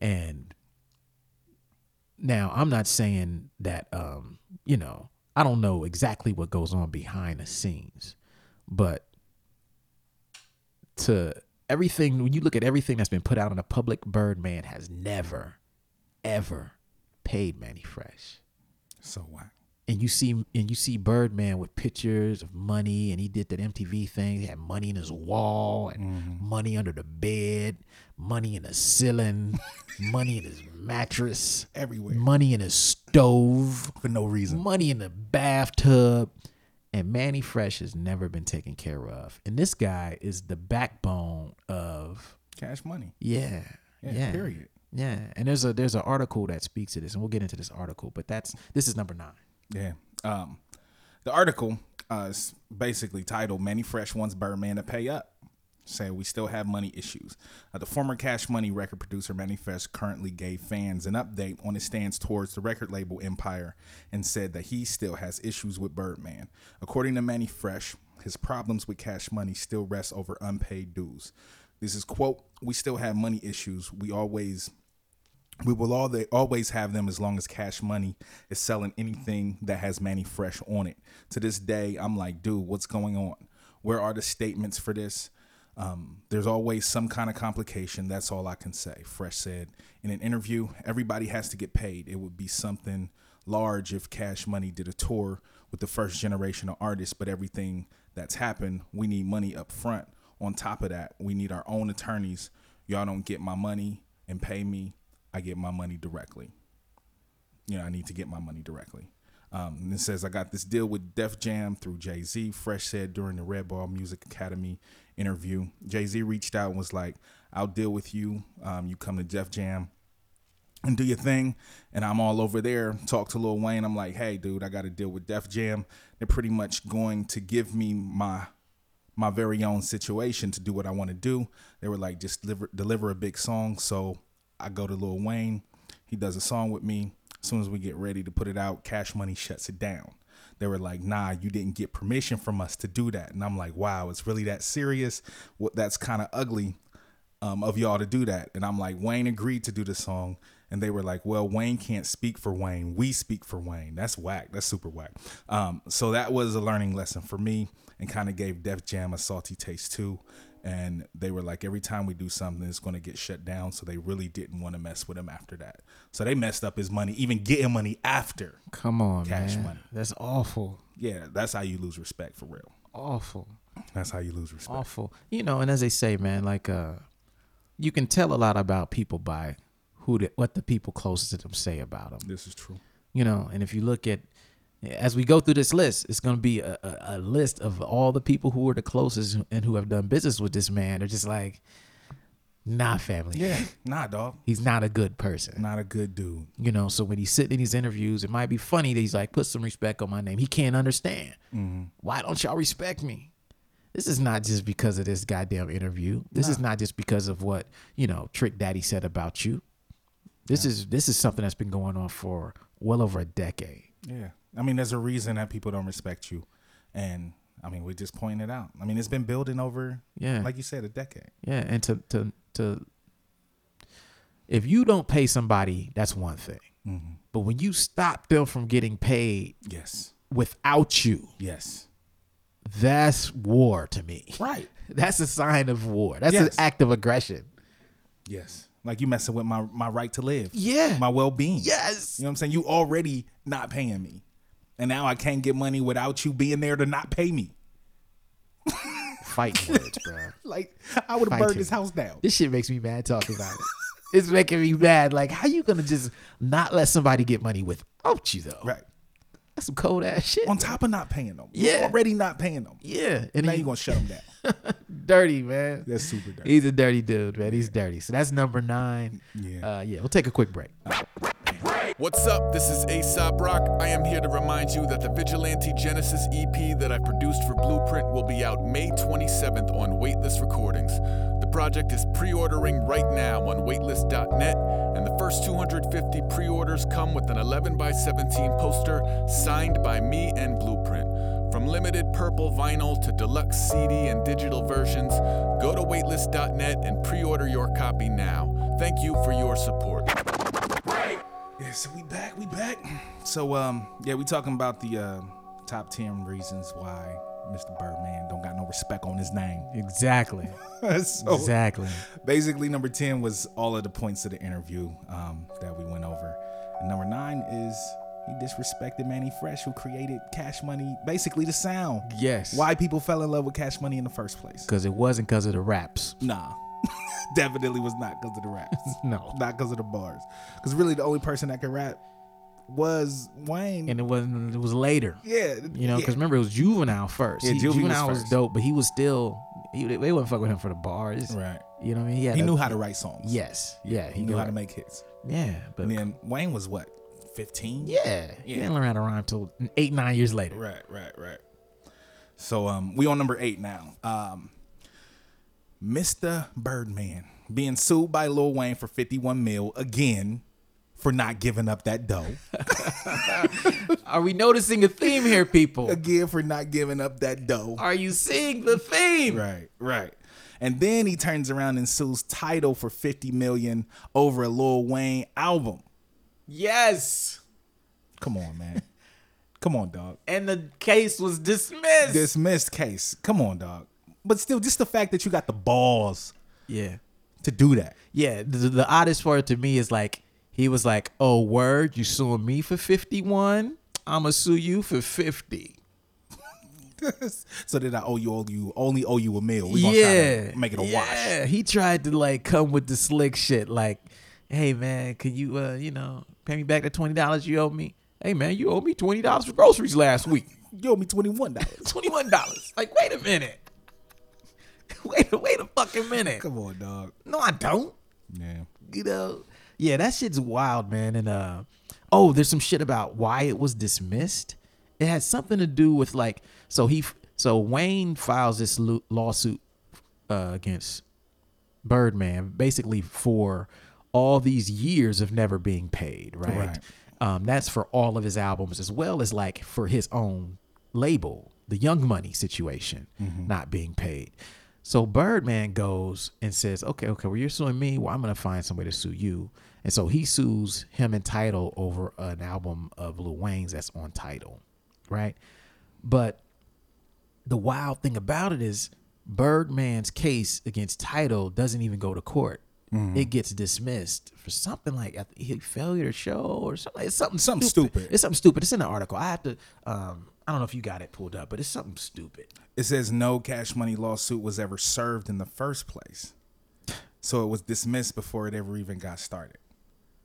Speaker 1: And now I'm not saying that um, you know, I don't know exactly what goes on behind the scenes, but to everything when you look at everything that's been put out in the public, Birdman has never, ever paid Manny Fresh
Speaker 2: So whack.
Speaker 1: and you see and you see Birdman with pictures of money, and he did that MTV thing. He had money in his wall, and
Speaker 2: Mm-hmm.
Speaker 1: money under the bed, money in the ceiling, money in his mattress,
Speaker 2: Everywhere.
Speaker 1: money in his stove,
Speaker 2: for no reason.
Speaker 1: money in the bathtub. And Manny Fresh has never been taken care of, and this guy is the backbone of
Speaker 2: Cash money.
Speaker 1: yeah.
Speaker 2: Yeah,
Speaker 1: Yeah,
Speaker 2: period.
Speaker 1: Yeah, and there's a there's an article that speaks to this, and we'll get into this article. But that's this is number nine.
Speaker 2: Yeah. Um, the article uh, is basically titled "Manny Fresh Wants Birdman to Pay Up." Saying we still have money issues. Uh, the former Cash Money record producer Manny Fresh currently gave fans an update on his stance towards the record label Empire and said that he still has issues with Birdman. According to Manny Fresh, his problems with Cash Money still rest over unpaid dues. This is quote: "We still have money issues. We always We will all they always have them as long as Cash Money is selling anything that has Manny Fresh on it. To this day, I'm like, dude, what's going on? Where are the statements for this? Um, there's always some kind of complication. That's all I can say. Fresh said in an interview, everybody has to get paid. It would be something large if Cash Money did a tour with the first generation of artists, but everything that's happened, we need money up front. On top of that, we need our own attorneys. Y'all don't get my money and pay me. I get my money directly you know, I need to get my money directly. Um, and it says, I got this deal with Def Jam through Jay Z. Fresh said during the Red Ball Music Academy interview, Jay Z reached out and was like, I'll deal with you. Um, you come to Def Jam and do your thing. And I'm all over there, talk to Lil Wayne. I'm like, hey, dude, I got to deal with Def Jam. They're pretty much going to give me my my very own situation to do what I want to do. They were like, just deliver, deliver a big song. So I go to Lil Wayne. He does a song with me. As soon as we get ready to put it out, Cash Money shuts it down. They were like, nah, you didn't get permission from us to do that. And I'm like, wow, it's really that serious. What that's kind of ugly um, of y'all to do that. And I'm like, Wayne agreed to do the song. And they were like, well, Wayne can't speak for Wayne. We speak for Wayne. That's whack. That's super whack. Um, so that was a learning lesson for me and kind of gave Def Jam a salty taste too. And they were like, every time we do something, it's going to get shut down. So they really didn't want to mess with him after that. So they messed up his money, even getting money after.
Speaker 1: Come on,
Speaker 2: Cash
Speaker 1: man.
Speaker 2: Money.
Speaker 1: That's awful.
Speaker 2: Yeah, that's how you lose respect for real.
Speaker 1: Awful.
Speaker 2: That's how you lose respect.
Speaker 1: Awful. You know, and as they say, man, like uh you can tell a lot about people by who the, what the people closest to them say about them.
Speaker 2: This is true.
Speaker 1: you know and if you look at as we go through this list it's going to be a, a, a list of all the people who are the closest and who have done business with this man they're just like nah family
Speaker 2: Yeah, nah, dog.
Speaker 1: he's not a good person
Speaker 2: Not a good dude.
Speaker 1: you know so when he's sitting in these interviews it might be funny that he's like put some respect on my name he can't understand why don't y'all respect me this is not just because of this goddamn interview this is not just because of what you know trick daddy said about you this is this is something that's been going on for well over a decade
Speaker 2: Yeah. I mean, there's a reason that people don't respect you. And I mean, we just pointing it out. I mean, it's been building over,
Speaker 1: Yeah.
Speaker 2: like you said, a decade.
Speaker 1: Yeah, and to to to if you don't pay somebody, that's one thing. But when you stop them from getting paid
Speaker 2: Yes.
Speaker 1: without you,
Speaker 2: Yes.
Speaker 1: that's war to me.
Speaker 2: Right.
Speaker 1: That's a sign of war. That's an
Speaker 2: Yes.
Speaker 1: act of aggression.
Speaker 2: Yes. Like you messing with my, my right to live.
Speaker 1: Yeah.
Speaker 2: My well being.
Speaker 1: Yes.
Speaker 2: You know what I'm saying? You already not paying me. And now I can't get money without you being there to not pay me.
Speaker 1: Fighting words, bro.
Speaker 2: Like I would have
Speaker 1: Fighting.
Speaker 2: burned his house down.
Speaker 1: This shit makes me mad talking about it. It's making me mad. Like, how you gonna just not let somebody get money without you though?
Speaker 2: Right.
Speaker 1: That's some cold ass shit.
Speaker 2: On top of not paying them.
Speaker 1: Yeah.
Speaker 2: You already not paying them.
Speaker 1: yeah. And then
Speaker 2: Now you
Speaker 1: you
Speaker 2: gonna shut them down.
Speaker 1: dirty, man.
Speaker 2: That's super dirty.
Speaker 1: He's a dirty dude, man. He's dirty. So that's number nine.
Speaker 2: Yeah.
Speaker 1: Uh, yeah. We'll take a quick break.
Speaker 5: What's up? This is Aesop Rock. I am here to remind you that the Vigilante Genesis EP that I produced for Blueprint will be out May 27th on Waitlist Recordings. The project is pre ordering right now on waitlist.net, and the first 250 pre orders come with an 11 by 17 poster signed by me and Blueprint. From limited purple vinyl to deluxe CD and digital versions, go to waitlist.net and pre order your copy now. Thank you for your support.
Speaker 2: Yeah, so we back, we back. So um, yeah, we talking about the uh, top ten reasons why Mr. Birdman don't got no respect on his name.
Speaker 1: Exactly. Oh.
Speaker 2: so
Speaker 1: Exactly.
Speaker 2: basically, number ten was all of the points of the interview um, that we went over, and number nine is he disrespected Manny Fresh, who created Cash Money, basically the sound.
Speaker 1: Yes.
Speaker 2: Why people fell in love with Cash Money in the first place?
Speaker 1: Because it wasn't because of the raps.
Speaker 2: Nah. Definitely was not because of the raps.
Speaker 1: No.
Speaker 2: Not because of the bars. Because really, the only person that could rap was Wayne.
Speaker 1: And it wasn't. It was later.
Speaker 2: yeah.
Speaker 1: You know,
Speaker 2: yeah.
Speaker 1: because remember it was juvenile first.
Speaker 2: Yeah,
Speaker 1: He-
Speaker 2: Juvie was
Speaker 1: juvenile was,
Speaker 2: first.
Speaker 1: dope, but he was still. He, they they wouldn't fuck with him for the bars.
Speaker 2: Right.
Speaker 1: You know what I mean? Yeah.
Speaker 2: He knew how to write songs.
Speaker 1: Yes. Yeah.
Speaker 2: He knew how
Speaker 1: could-
Speaker 2: to make hits.
Speaker 1: Yeah. But
Speaker 2: And then Wayne was what, 15?
Speaker 1: yeah, he didn't learn how to rhyme till eight nine years later.
Speaker 2: Right, right, right. So um, we on number eight now. Um, Mr. Birdman being sued by Lil Wayne for 51 mil again for not giving up that dough.
Speaker 1: Are we noticing a theme here, people?
Speaker 2: Again, for not giving up that dough.
Speaker 1: Are you seeing the theme?
Speaker 2: Right, right. And then he turns around and sues title for 50 million over a Lil Wayne album.
Speaker 1: Yes.
Speaker 2: Come on, man. Come on, dog.
Speaker 1: And the case was dismissed.
Speaker 2: Dismissed case. Come on, dog. But still, just the fact that you got the balls
Speaker 1: yeah.
Speaker 2: to do that.
Speaker 1: Yeah. The, the oddest part to me is like, he was like, oh, word, you suing me for 51? I'm going to sue you for 50.
Speaker 2: so that I owe you all you only owe you a meal. We gonna try to make it a wash.
Speaker 1: Yeah, he tried to like come with the slick shit, like, "Hey man, can you uh you know pay me back the twenty dollars you owe me? Hey man, you owe me twenty dollars for groceries last week,
Speaker 2: You owe me twenty one dollars.
Speaker 1: twenty one dollars. Like, wait a minute, wait a wait a fucking minute.
Speaker 2: Come on, dog.
Speaker 1: No, I don't.
Speaker 2: Yeah.
Speaker 1: You know, yeah, that shit's wild, man. And uh, oh, there's some shit about why it was dismissed. It had something to do with like, so he, f- so Wayne files this lo- lawsuit uh, against Birdman, basically for all these years of never being paid, right?
Speaker 2: Right.
Speaker 1: Um, that's for all of his albums, as well as like for his own label, the Young Money situation, not being paid. So Birdman goes and says, "Okay, okay, well you're suing me. Well, I'm gonna find some way to sue you." And so he sues him and Title over an album of Lil Wayne's that's on Title, right? But the wild thing about it is Birdman's case against Title doesn't even go to court.
Speaker 2: Mm-hmm.
Speaker 1: It gets dismissed for something like I think, he- failure to show or something. It's something
Speaker 2: Something stupid.
Speaker 1: It's something stupid. It's in the article. I have to. Um, I don't know if you got it pulled up, but it's something stupid.
Speaker 2: It says no cash money lawsuit was ever served in the first place. So it was dismissed before it ever even got started.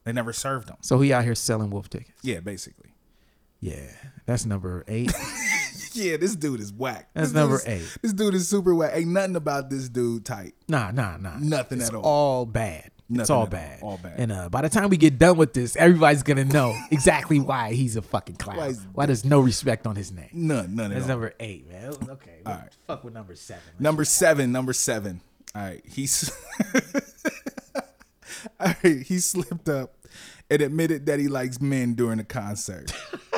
Speaker 2: They never served them.
Speaker 1: So he out here selling wolf tickets.
Speaker 2: Yeah, basically.
Speaker 1: Yeah, that's number eight.
Speaker 2: Yeah, this dude is whack.
Speaker 1: That's
Speaker 2: This
Speaker 1: number
Speaker 2: dude's-
Speaker 1: eight.
Speaker 2: This dude is super whack. Ain't nothing about this dude tight.
Speaker 1: nah, nah, nah.
Speaker 2: Nothing
Speaker 1: It's
Speaker 2: at all.
Speaker 1: All bad. it's
Speaker 2: Nothing
Speaker 1: all
Speaker 2: at all.
Speaker 1: bad.
Speaker 2: All bad.
Speaker 1: And uh, by the time we get done with this, everybody's gonna know exactly why he's a fucking clown. Why,
Speaker 2: Why he's-
Speaker 1: there's no respect on his name.
Speaker 2: None, none at
Speaker 1: That's
Speaker 2: all.
Speaker 1: number eight, man. Okay. well,
Speaker 2: right.
Speaker 1: Fuck with number seven.
Speaker 2: Number seven. Number seven. All right. He's. All right. He slipped up and admitted that he likes men during the concert.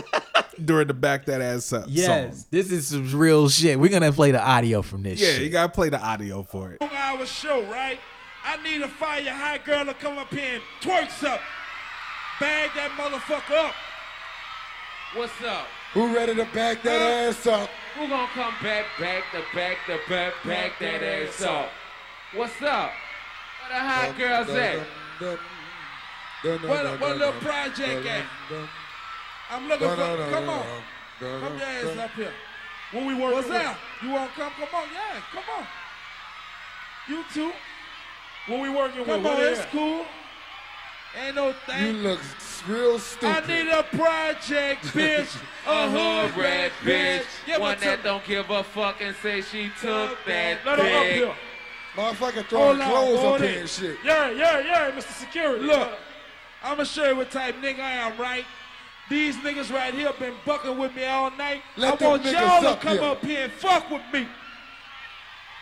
Speaker 2: during the back that ass up.
Speaker 1: Yes,
Speaker 2: Song.
Speaker 1: this is some real shit. We're gonna play the audio from this.
Speaker 2: Yeah,
Speaker 1: shit.
Speaker 2: you gotta play the audio for it.
Speaker 3: hour show, right? I need a fire high girl to come up here and twerk up. Bag that motherfucker up. What's up?
Speaker 7: Who ready to back that ass up?
Speaker 3: Who gonna come back, back the back the back, back that ass up? What's up? Where the high girls at? Where, where little project at? I'm looking for. Come on, come your ass up here. When we work, what's up? You wanna come? Come on, yeah, come on. You too. What we working come with? Come on, it's cool. Ain't no
Speaker 7: You
Speaker 3: thing.
Speaker 7: look real stupid.
Speaker 3: I need a project, bitch. a hood rat, bitch. Yeah, One that don't give a fuck and say she took that. Let her up here.
Speaker 7: Motherfucker
Speaker 3: Hold
Speaker 7: throwing
Speaker 3: on,
Speaker 7: clothes
Speaker 3: hold
Speaker 7: up
Speaker 3: it.
Speaker 7: here and shit.
Speaker 3: Yeah, yeah, yeah, Mr. Security. Look, I'ma show you what type nigga I am, right? These niggas right here been bucking with me all night.
Speaker 7: Let
Speaker 3: I
Speaker 7: them
Speaker 3: want
Speaker 7: niggas
Speaker 3: y'all to
Speaker 7: up
Speaker 3: come
Speaker 7: here.
Speaker 3: up here and fuck with me.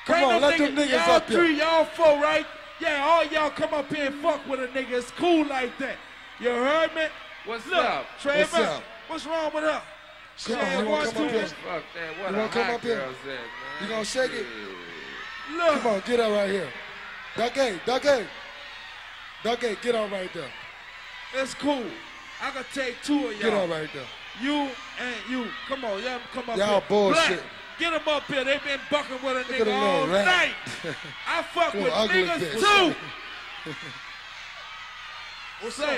Speaker 7: Come
Speaker 3: Ain't
Speaker 7: on,
Speaker 3: no
Speaker 7: let them niggas
Speaker 3: y'all
Speaker 7: up here.
Speaker 3: three, y'all four, right? Yeah, all y'all come up here and fuck with a nigga. It's cool like that. You heard me? What's up? Trevor,
Speaker 7: What's
Speaker 3: what's,
Speaker 7: up?
Speaker 3: wrong with her?
Speaker 7: Come on,
Speaker 3: Shit,
Speaker 7: you
Speaker 3: one,
Speaker 7: wanna come up
Speaker 3: two,
Speaker 7: here? You wanna come up here? You gonna shake it?
Speaker 3: Look,
Speaker 7: Come on, get up right here. Duck A, Duck A. Duck A, get up right there.
Speaker 3: it's cool. I could take two of y'all.
Speaker 7: Get up right there.
Speaker 3: You and you. Come on, y'all come up
Speaker 7: Y'all
Speaker 3: here.
Speaker 7: bullshit.
Speaker 3: Black, get them up here. They've been bucking with a
Speaker 7: at
Speaker 3: nigga
Speaker 7: them
Speaker 3: all
Speaker 7: little
Speaker 3: night.
Speaker 7: rat.
Speaker 3: I fuck
Speaker 7: Little
Speaker 3: with
Speaker 7: ugly
Speaker 3: niggas
Speaker 7: bitch.
Speaker 3: too. What's up?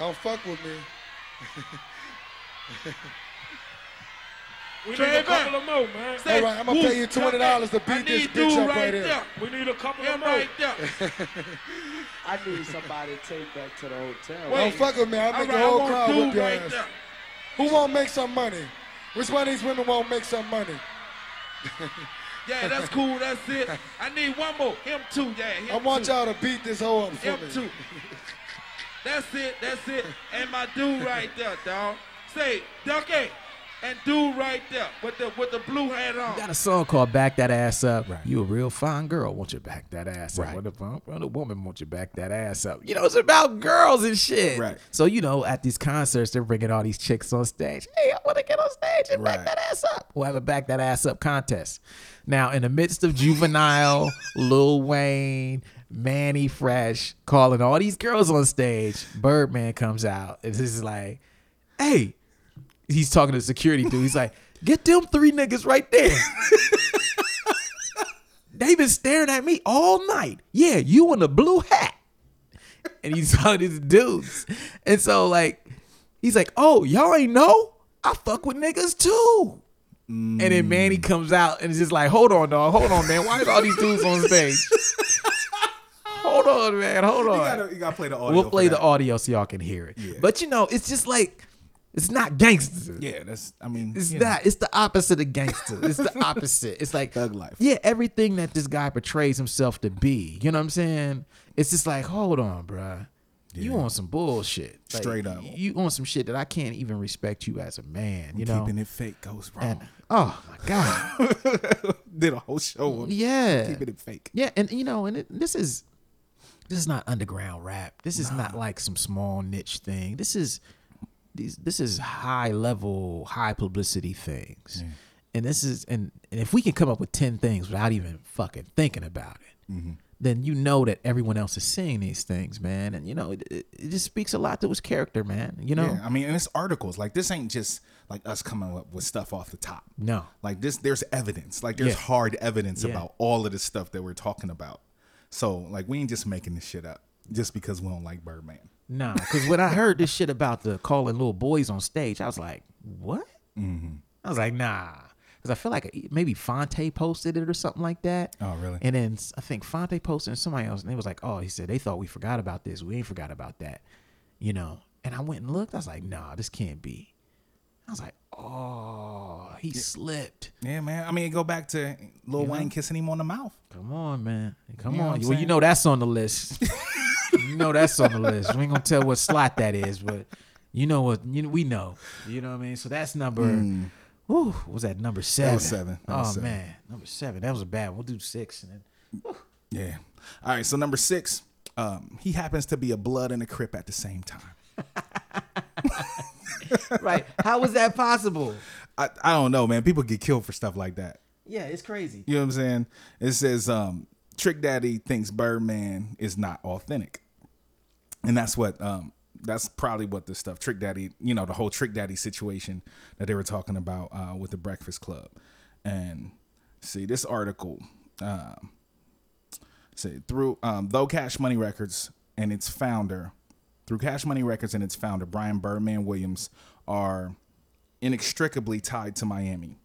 Speaker 7: Don't fuck with me.
Speaker 3: We need a couple of more, man.
Speaker 7: All right, I'm gonna pay you twenty dollars to beat this bitch up right there.
Speaker 3: We need a couple of more. right there.
Speaker 8: I need somebody to take back to the hotel.
Speaker 3: Wait.
Speaker 7: Don't fuck with me. I'll
Speaker 3: All right,
Speaker 7: make the
Speaker 3: I
Speaker 7: whole
Speaker 3: want
Speaker 7: crowd
Speaker 3: dude
Speaker 7: whip your
Speaker 3: right
Speaker 7: ass.
Speaker 3: there.
Speaker 7: Who won't make some money? Which one of these women won't make some money?
Speaker 3: Yeah, that's cool. That's it. I need one more. Him too. Yeah, him
Speaker 7: I want
Speaker 3: too.
Speaker 7: y'all to beat this hoe up for
Speaker 3: Him
Speaker 7: me.
Speaker 3: too. That's it. That's it. And my dude right there, dog. Say, Ducky.
Speaker 9: and dude right there with the with the blue hat on.
Speaker 1: Got a song called "Back That Ass Up."
Speaker 2: Right.
Speaker 1: You a real fine girl, won't you back that ass
Speaker 2: Right.
Speaker 1: up? What the fuck? What a woman, won't you back that ass up? You know, it's about girls and shit.
Speaker 2: Right.
Speaker 1: So you know, at these concerts, they're bringing all these chicks on stage. Hey, I want to get on stage and
Speaker 2: Right.
Speaker 1: back that ass up. We'll have a back that ass up contest. Now, in the midst of Juvenile, Lil Wayne, Manny Fresh calling all these girls on stage, Birdman comes out and this is like, "Hey, he's talking to the security dude. He's like, get them three niggas right there. they been staring at me all night. Yeah, you in the blue hat. And he's talking to these dudes. And so like he's like, Oh, y'all ain't know? I fuck with niggas too. And then Manny
Speaker 2: Mm.
Speaker 1: comes out and is just like, hold on, dog, hold on, man. Why is all these dudes on stage? hold on, man, hold on.
Speaker 2: You gotta, you gotta play the audio.
Speaker 1: We'll
Speaker 2: for
Speaker 1: play
Speaker 2: that.
Speaker 1: the audio so y'all can hear it. But you know, it's just like it's not gangster.
Speaker 2: Yeah, that's. I mean,
Speaker 1: It's
Speaker 2: you know.
Speaker 1: that. It's the opposite of gangster. It's the opposite. It's like
Speaker 2: Thug life.
Speaker 1: Yeah, everything that this guy portrays himself to be. You know what I'm saying? It's just like, hold on, bruh. You on some bullshit. Like,
Speaker 2: Straight up.
Speaker 1: You on some shit that I can't even respect you as a man. You know.
Speaker 2: Keeping it fake goes
Speaker 1: And-
Speaker 2: wrong.
Speaker 1: oh my god.
Speaker 2: Did a whole show on
Speaker 1: Yeah.
Speaker 2: keeping it fake.
Speaker 1: Yeah, and you know, and it, this is this is not underground rap. This is not like some small niche thing. This is these this is high level, high publicity things. And this is and, and if we can come up with 10 things without even fucking thinking about it. Then you know that everyone else is seeing these things, man, and you know it, it, it just speaks a lot to his character, man. You know,
Speaker 2: Yeah, I mean, and it's articles. Like this ain't just like us coming up with stuff off the top.
Speaker 1: No.
Speaker 2: like this, there's evidence. Like there's
Speaker 1: Yeah.
Speaker 2: hard evidence
Speaker 1: Yeah.
Speaker 2: about all of this stuff that we're talking about. So like we ain't just making this shit up just because we don't like Birdman.
Speaker 1: Nah, because when I heard this shit about the calling little boys on stage, I was like, what?
Speaker 2: Mm-hmm.
Speaker 1: I was like, nah. Because I feel like e, maybe Fonte posted it or something like that.
Speaker 2: Oh, really?
Speaker 1: And then s- I think Fonte posted and somebody else, and they was like, oh, he said they thought we forgot about this. We ain't forgot about that, you know. And I went and looked. I was like, nah, this can't be. I was like, oh, he slipped.
Speaker 2: Yeah, man. I mean, go back to Lil Wayne kissing him on the mouth.
Speaker 1: Come on, man. Come
Speaker 2: You know what
Speaker 1: on.
Speaker 2: I'm
Speaker 1: Well, you
Speaker 2: saying?
Speaker 1: know that's on the list. you know that's on the list. We ain't gonna tell what slot that is, but you know what? You know, we know. You know what I mean? So that's number. Whew, what was that number seven?
Speaker 2: was seven. Hmm. That was
Speaker 1: oh
Speaker 2: seven.
Speaker 1: man, number seven. That was a bad. one. We'll do six. And then,
Speaker 2: Yeah. All right. So number six, um, he happens to be a blood and a crip at the same time.
Speaker 1: right? How was that possible?
Speaker 2: I, I don't know, man. People get killed for stuff like that.
Speaker 1: Yeah, it's crazy.
Speaker 2: You know what I'm saying? It says um, Trick Daddy thinks Birdman is not authentic, and that's what um, that's probably what the stuff Trick Daddy, you know, the whole Trick Daddy situation that they were talking about uh, with the Breakfast Club. And see this article. Um, say through um, though Cash Money Records and its founder, through Cash Money Records and its founder Brian Birdman Williams are inextricably tied to Miami.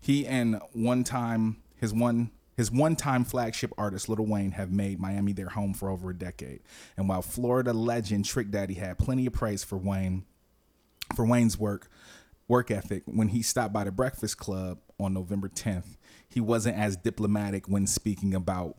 Speaker 2: He and one time his one his one-time flagship artist Lil Wayne have made Miami their home for over a decade. And while Florida legend Trick Daddy had plenty of praise for Wayne, for Wayne's work work ethic when he stopped by the Breakfast Club on November 10th. He wasn't as diplomatic when speaking about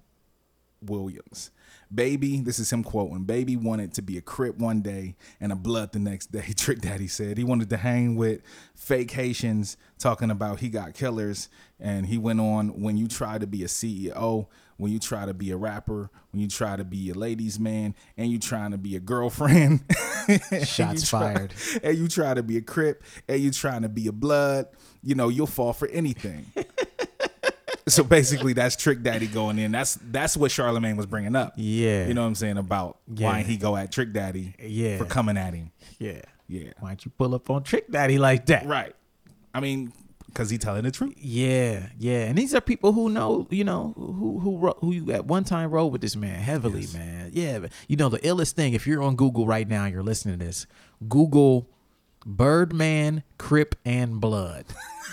Speaker 2: Williams. Baby, this is him quoting. Baby wanted to be a crip one day and a blood the next day. Trick Daddy said he wanted to hang with fake Haitians, talking about he got killers. And he went on, when you try to be a CEO, when you try to be a rapper, when you try to be a ladies' man, and you trying to be a girlfriend, and
Speaker 1: Shots
Speaker 2: you try-
Speaker 1: fired.
Speaker 2: and you try to be a crip, and you trying to be a blood, you know, you'll fall for anything. So basically, that's Trick Daddy going in. That's that's what Charlemagne was bringing up.
Speaker 1: Yeah.
Speaker 2: you know what I'm saying about why
Speaker 1: Yeah.
Speaker 2: he go at Trick Daddy.
Speaker 1: Yeah.
Speaker 2: for coming at him.
Speaker 1: Yeah,
Speaker 2: Yeah,
Speaker 1: Why don't you pull up on Trick Daddy like that?
Speaker 2: right. I mean, because he telling the truth.
Speaker 1: Yeah, yeah, and these are people who know, you know, who who ro- who at one time rode with this man heavily, man. Yeah, but you know the illest thing if you're on Google right now, and you're listening to this. Google Birdman, Crip, and Blood.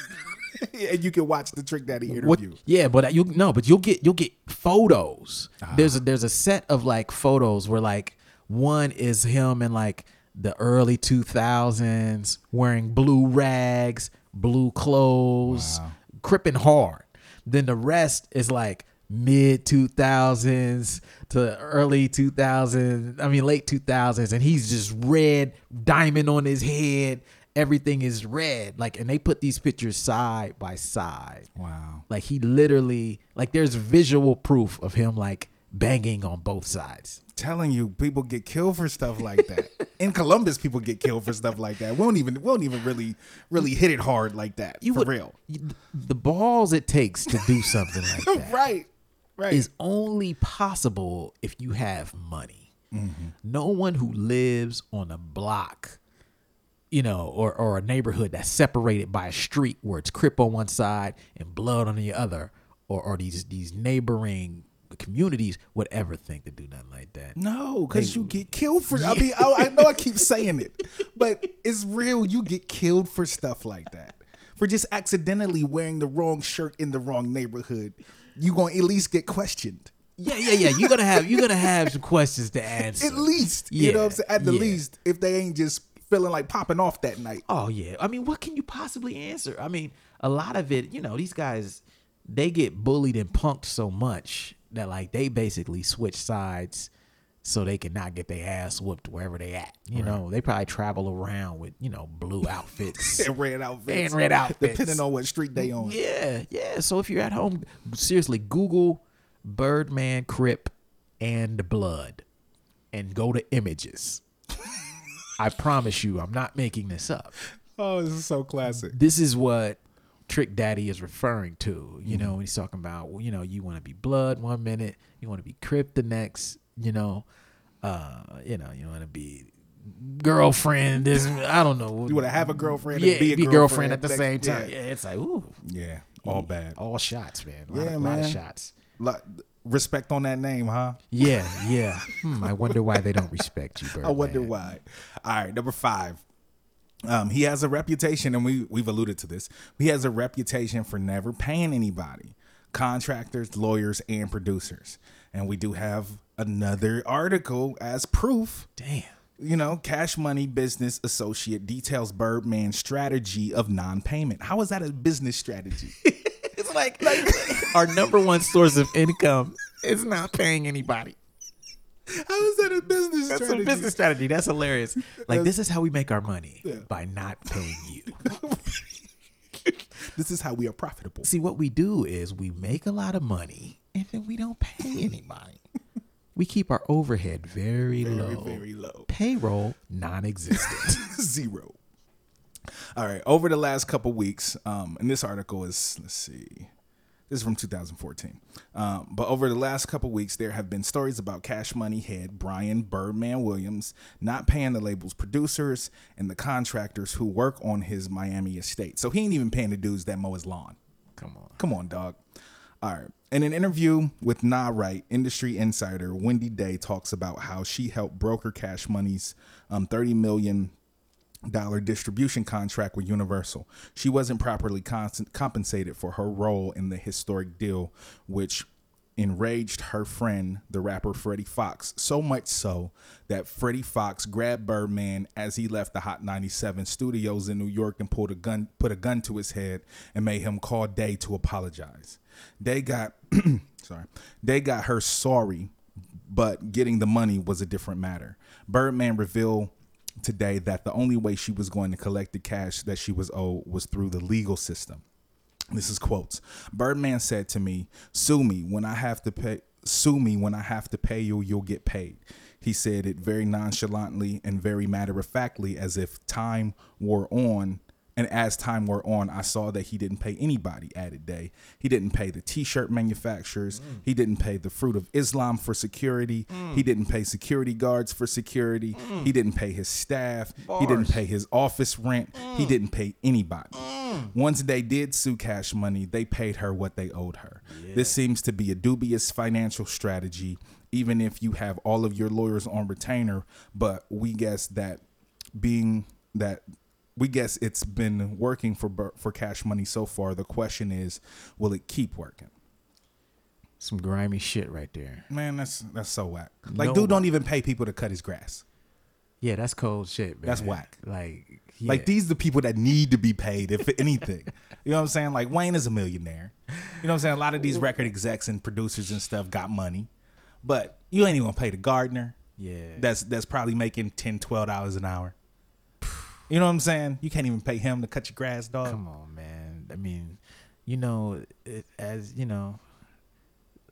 Speaker 2: and you can watch the Trick Daddy interview.
Speaker 1: What- yeah, but you no, but you'll get you'll get photos.
Speaker 2: Ah.
Speaker 1: There's a there's a set of like photos where like one is him in like the early 2000s wearing blue rags, blue clothes, cripping hard. Then the rest is like mid 2000s to early 2000s, I mean late 2000s and he's just red diamond on his head everything is red. Like, and they put these pictures side by side.
Speaker 2: Wow.
Speaker 1: Like he literally, like, there's visual proof of him like banging on both sides.
Speaker 2: telling you, people get killed for stuff like that. In Columbus, people get killed for stuff like that. We don't even we don't even really really hit it hard like that.
Speaker 1: You
Speaker 2: for
Speaker 1: would-
Speaker 2: real.
Speaker 1: you- the balls it takes to do something like that is
Speaker 2: Right. Right.
Speaker 1: only possible if you have money.
Speaker 2: Mm-hmm.
Speaker 1: No one who lives on a block, you know, or, or a neighborhood that's separated by a street where it's crip on one side and blood on the other, or, or these these neighboring communities would ever think to do nothing like that.
Speaker 2: No, because you get killed for. I mean, I, I know I keep saying it, but it's real. You get killed for stuff like that, for just accidentally wearing the wrong shirt in the wrong neighborhood. You gonna at least get questioned.
Speaker 1: Yeah, yeah, yeah. You're gonna have you're gonna have some questions to answer.
Speaker 2: At least, you know what I'm saying. At the
Speaker 1: yeah.
Speaker 2: least, if they ain't just feeling like popping off that night.
Speaker 1: Oh yeah. I mean, what can you possibly answer? I mean, a lot of it, you know, these guys they get bullied and punked so much that like they basically switch sides so they can not get their ass whooped wherever they at. You know, they probably travel around with, you know, blue outfits.
Speaker 2: And red
Speaker 1: And
Speaker 2: outfits.
Speaker 1: red outfits.
Speaker 2: Depending on what street they on.
Speaker 1: yeah, yeah. So if you're at home, seriously, Google Birdman Crip and Blood and go to images. I promise you, I'm not making this up
Speaker 2: Oh, this is so classic.
Speaker 1: this is what Trick Daddy is referring to. You
Speaker 2: Mm-hmm.
Speaker 1: know, he's talking about, well, you know, you want to be blood one minute, you want to be Crip the next, you know, uh, you know, you want to be girlfriend. This, I don't know.
Speaker 2: You want to have a girlfriend
Speaker 1: yeah,
Speaker 2: and be a
Speaker 1: girlfriend,
Speaker 2: girlfriend,
Speaker 1: at the
Speaker 2: that-
Speaker 1: same time.
Speaker 2: Yeah,
Speaker 1: Yeah. it's like, ooh,
Speaker 2: Yeah, all bad.
Speaker 1: all shots, man. A lot,
Speaker 2: Yeah,
Speaker 1: of, lot of
Speaker 2: man.
Speaker 1: shots.
Speaker 2: Lot- respect on that name, huh?
Speaker 1: Yeah, yeah. Hmm, I wonder why they don't respect you, Birdman.
Speaker 2: I wonder why. All right, number five. Um, he has a reputation, and we we've alluded to this. He has a reputation for never paying anybody, contractors, lawyers, and producers. And we do have another article as proof.
Speaker 1: Damn.
Speaker 2: You know, Cash Money Business Associate details Birdman's strategy of non-payment. How is that a business strategy?
Speaker 1: It's like, like our number one source of income is not paying anybody.
Speaker 2: How is that a business
Speaker 1: That's
Speaker 2: strategy?
Speaker 1: a business strategy. That's hilarious. Like this is how we make our money by not paying you.
Speaker 2: This is how we are profitable.
Speaker 1: See, what we do is we make a lot of money and then we don't pay anybody. we keep our overhead very, low.
Speaker 2: Very low.
Speaker 1: Payroll non-existent.
Speaker 2: zero. All right. Over the last couple weeks, um, and this article is let's see, this is from 2014. Um, but over the last couple weeks, there have been stories about Cash Money head Brian Birdman Williams not paying the label's producers and the contractors who work on his Miami estate. So he ain't even paying the dudes that mow his lawn.
Speaker 1: Come on.
Speaker 2: Come on, dog. All right. In an interview with Na Wright, industry insider Wendy Day talks about how she helped broker Cash Money's um, 30 million dollar distribution contract with Universal. She wasn't properly cons- compensated for her role in the historic deal, which enraged her friend, the rapper Freddie Fox, so much so that Freddie Fox grabbed Birdman as he left the Hot 97 studios in New York and pulled a gun put a gun to his head and made him call Day to apologize. They got sorry. They got her sorry, but getting the money was a different matter. Birdman revealed today that the only way she was going to collect the cash that she was owed was through the legal system. This is quotes. Birdman said to me, "Sue me when I have to pay. Sue me when I have to pay you. You'll get paid." He said it very nonchalantly and very matter of factly, as if time wore on. And as time wore on, I saw that he didn't pay anybody. Added Day, he didn't pay the T-shirt manufacturers. He didn't pay the Fruit of Islam for security. He didn't pay security guards for security. He didn't pay his staff. He didn't pay his office rent. He didn't pay anybody. Once they did sue Cash Money, they paid her what they owed her. This seems to be a dubious financial strategy, even if you have all of your lawyers on retainer. But we guess that being that we guess it's been working for Bur- for Cash Money so far. The question is, will it keep working?
Speaker 1: Some grimy shit right there.
Speaker 2: Man, that's that's so whack. Like,
Speaker 1: No.
Speaker 2: dude, don't even pay people to cut his grass.
Speaker 1: Yeah, that's cold shit, man.
Speaker 2: That's whack.
Speaker 1: Like,
Speaker 2: Like
Speaker 1: yeah.
Speaker 2: these the people that need to be paid, if anything. you know what I'm saying? Like Wayne is a millionaire. You know what I'm saying? A lot of these record execs and producers and stuff got money. But you ain't even gonna pay the gardener.
Speaker 1: Yeah.
Speaker 2: That's that's probably making 10 dollars an hour. You know what I'm saying? You can't even pay him to cut your grass, dog.
Speaker 1: Come on, man. I mean, you know, it, as you know,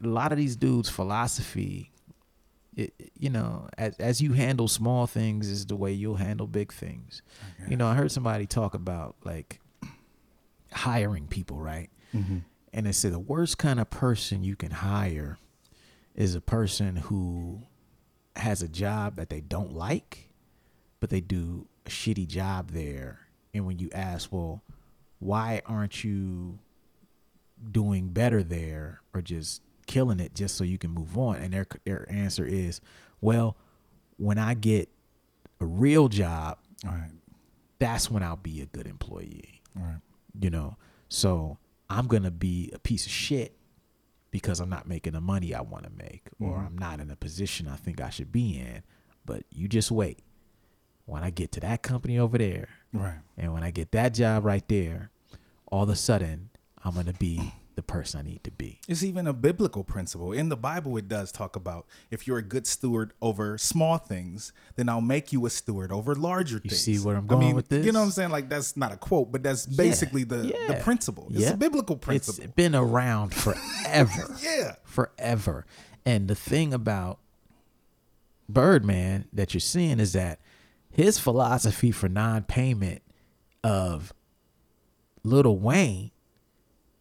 Speaker 1: a lot of these dudes' philosophy, it, it- you know, as as you handle small things is the way you'll handle big things. You know, I heard somebody talk about like hiring people, right?
Speaker 2: Mm-hmm.
Speaker 1: And they said the worst kind of person you can hire is a person who has a job that they don't like but they do a shitty job there. And when you ask, well, why aren't you doing better there or just killing it just so you can move on? And their their answer is, well, when I get a real job,
Speaker 2: All right.
Speaker 1: that's when I'll be a good employee.
Speaker 2: All right.
Speaker 1: You know, so I'm gonna be a piece of shit because I'm not making the money I want to make, or
Speaker 2: Mm-hmm.
Speaker 1: I'm not in a position I think I should be in. But you just wait. When I get to that company over there,
Speaker 2: Right.
Speaker 1: and when I get that job right there, all of a sudden I'm gonna be the person I need to be.
Speaker 2: It's even a biblical principle. In the Bible, it does talk about if you're a good steward over small things, then I'll make you a steward over larger
Speaker 1: You
Speaker 2: things.
Speaker 1: see where I'm
Speaker 2: I
Speaker 1: going
Speaker 2: mean,
Speaker 1: with this?
Speaker 2: You know what I'm saying? Like, that's not a quote, but that's
Speaker 1: Yeah,
Speaker 2: basically the, the
Speaker 1: yeah,
Speaker 2: principle. It's
Speaker 1: yeah.
Speaker 2: a biblical
Speaker 1: It's
Speaker 2: principle.
Speaker 1: been around forever.
Speaker 2: Yeah.
Speaker 1: Forever. And the thing about Birdman that you're seeing is that his philosophy for non payment of Little Wayne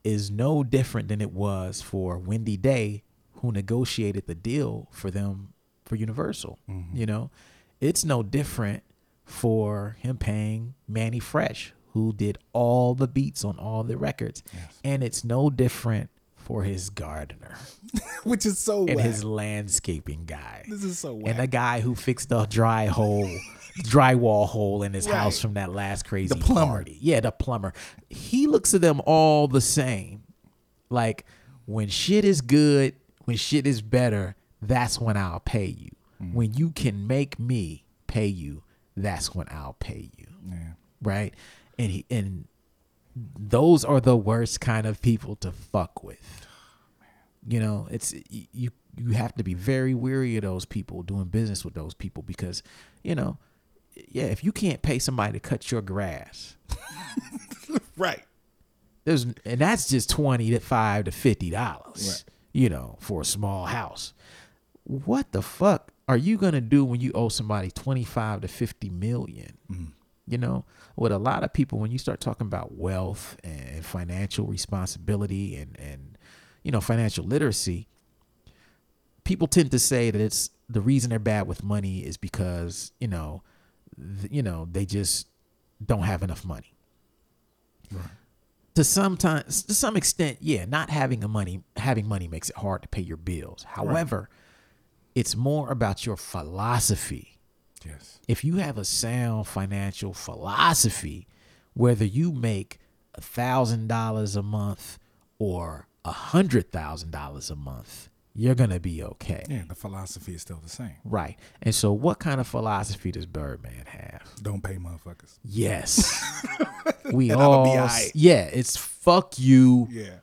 Speaker 1: is no different than it was for Wendy Day, who negotiated the deal for them for Universal. You know, it's no different for him paying Manny Fresh, who did all the beats on all the records, and it's no different for his gardener
Speaker 2: Which is so
Speaker 1: and
Speaker 2: whack.
Speaker 1: his landscaping guy.
Speaker 2: This is so whack.
Speaker 1: and the guy who fixed the dry hole, drywall hole in his house
Speaker 2: Right.
Speaker 1: from that last crazy
Speaker 2: The plumber.
Speaker 1: party. Yeah, the plumber. He looks at them all the same. Like when shit is good, when shit is better, that's when I'll pay you.
Speaker 2: Mm.
Speaker 1: When you can make me pay you, that's when I'll pay you. Right? And he and those are the worst kind of people to fuck with. You know, it's y- you you have to be very weary of those people doing business with those people because, you know, yeah, if you can't pay somebody to cut your grass,
Speaker 2: right.
Speaker 1: there's and that's just 25 to 50 dollars you know for a small house what the fuck are you gonna do when you owe somebody 25 to 50 million you know with a lot of people when you start talking about wealth and financial responsibility and and you know financial literacy people tend to say that it's the reason they're bad with money is because you know th- you know they just don't have enough money to sometimes to some extent, yeah, not having a money having money makes it hard to pay your bills. However, it's more about your philosophy.
Speaker 2: Yes.
Speaker 1: If you have a sound financial philosophy, whether you make a thousand dollars a month or a hundred thousand dollars a month, you're gonna be okay.
Speaker 2: Yeah, the philosophy is still the same.
Speaker 1: Right. And so what kind of philosophy does Birdman have?
Speaker 2: Don't pay motherfuckers.
Speaker 1: Yes. we
Speaker 2: I'ma
Speaker 1: all
Speaker 2: be aight.
Speaker 1: Yeah, it's fuck you
Speaker 2: Yeah.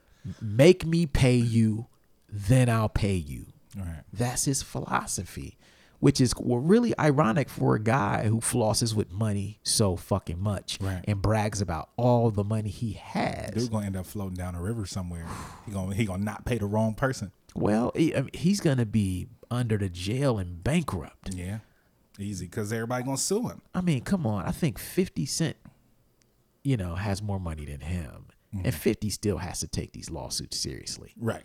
Speaker 1: make me pay you, then I'll pay you.
Speaker 2: All right.
Speaker 1: That's his philosophy, which is well, really ironic for a guy who flosses with money so fucking much
Speaker 2: Right.
Speaker 1: and brags about all the money he has.
Speaker 2: Dude gonna end up floating down a river somewhere. He gonna he gonna not pay the wrong person.
Speaker 1: Well, he- I mean, he's going to be under the jail and bankrupt.
Speaker 2: Yeah. Easy, cause everybody gonna sue him.
Speaker 1: I mean, come on. I think 50 Cent, you know, has more money than him.
Speaker 2: Mm-hmm.
Speaker 1: And 50 still has to take these lawsuits seriously.
Speaker 2: Right.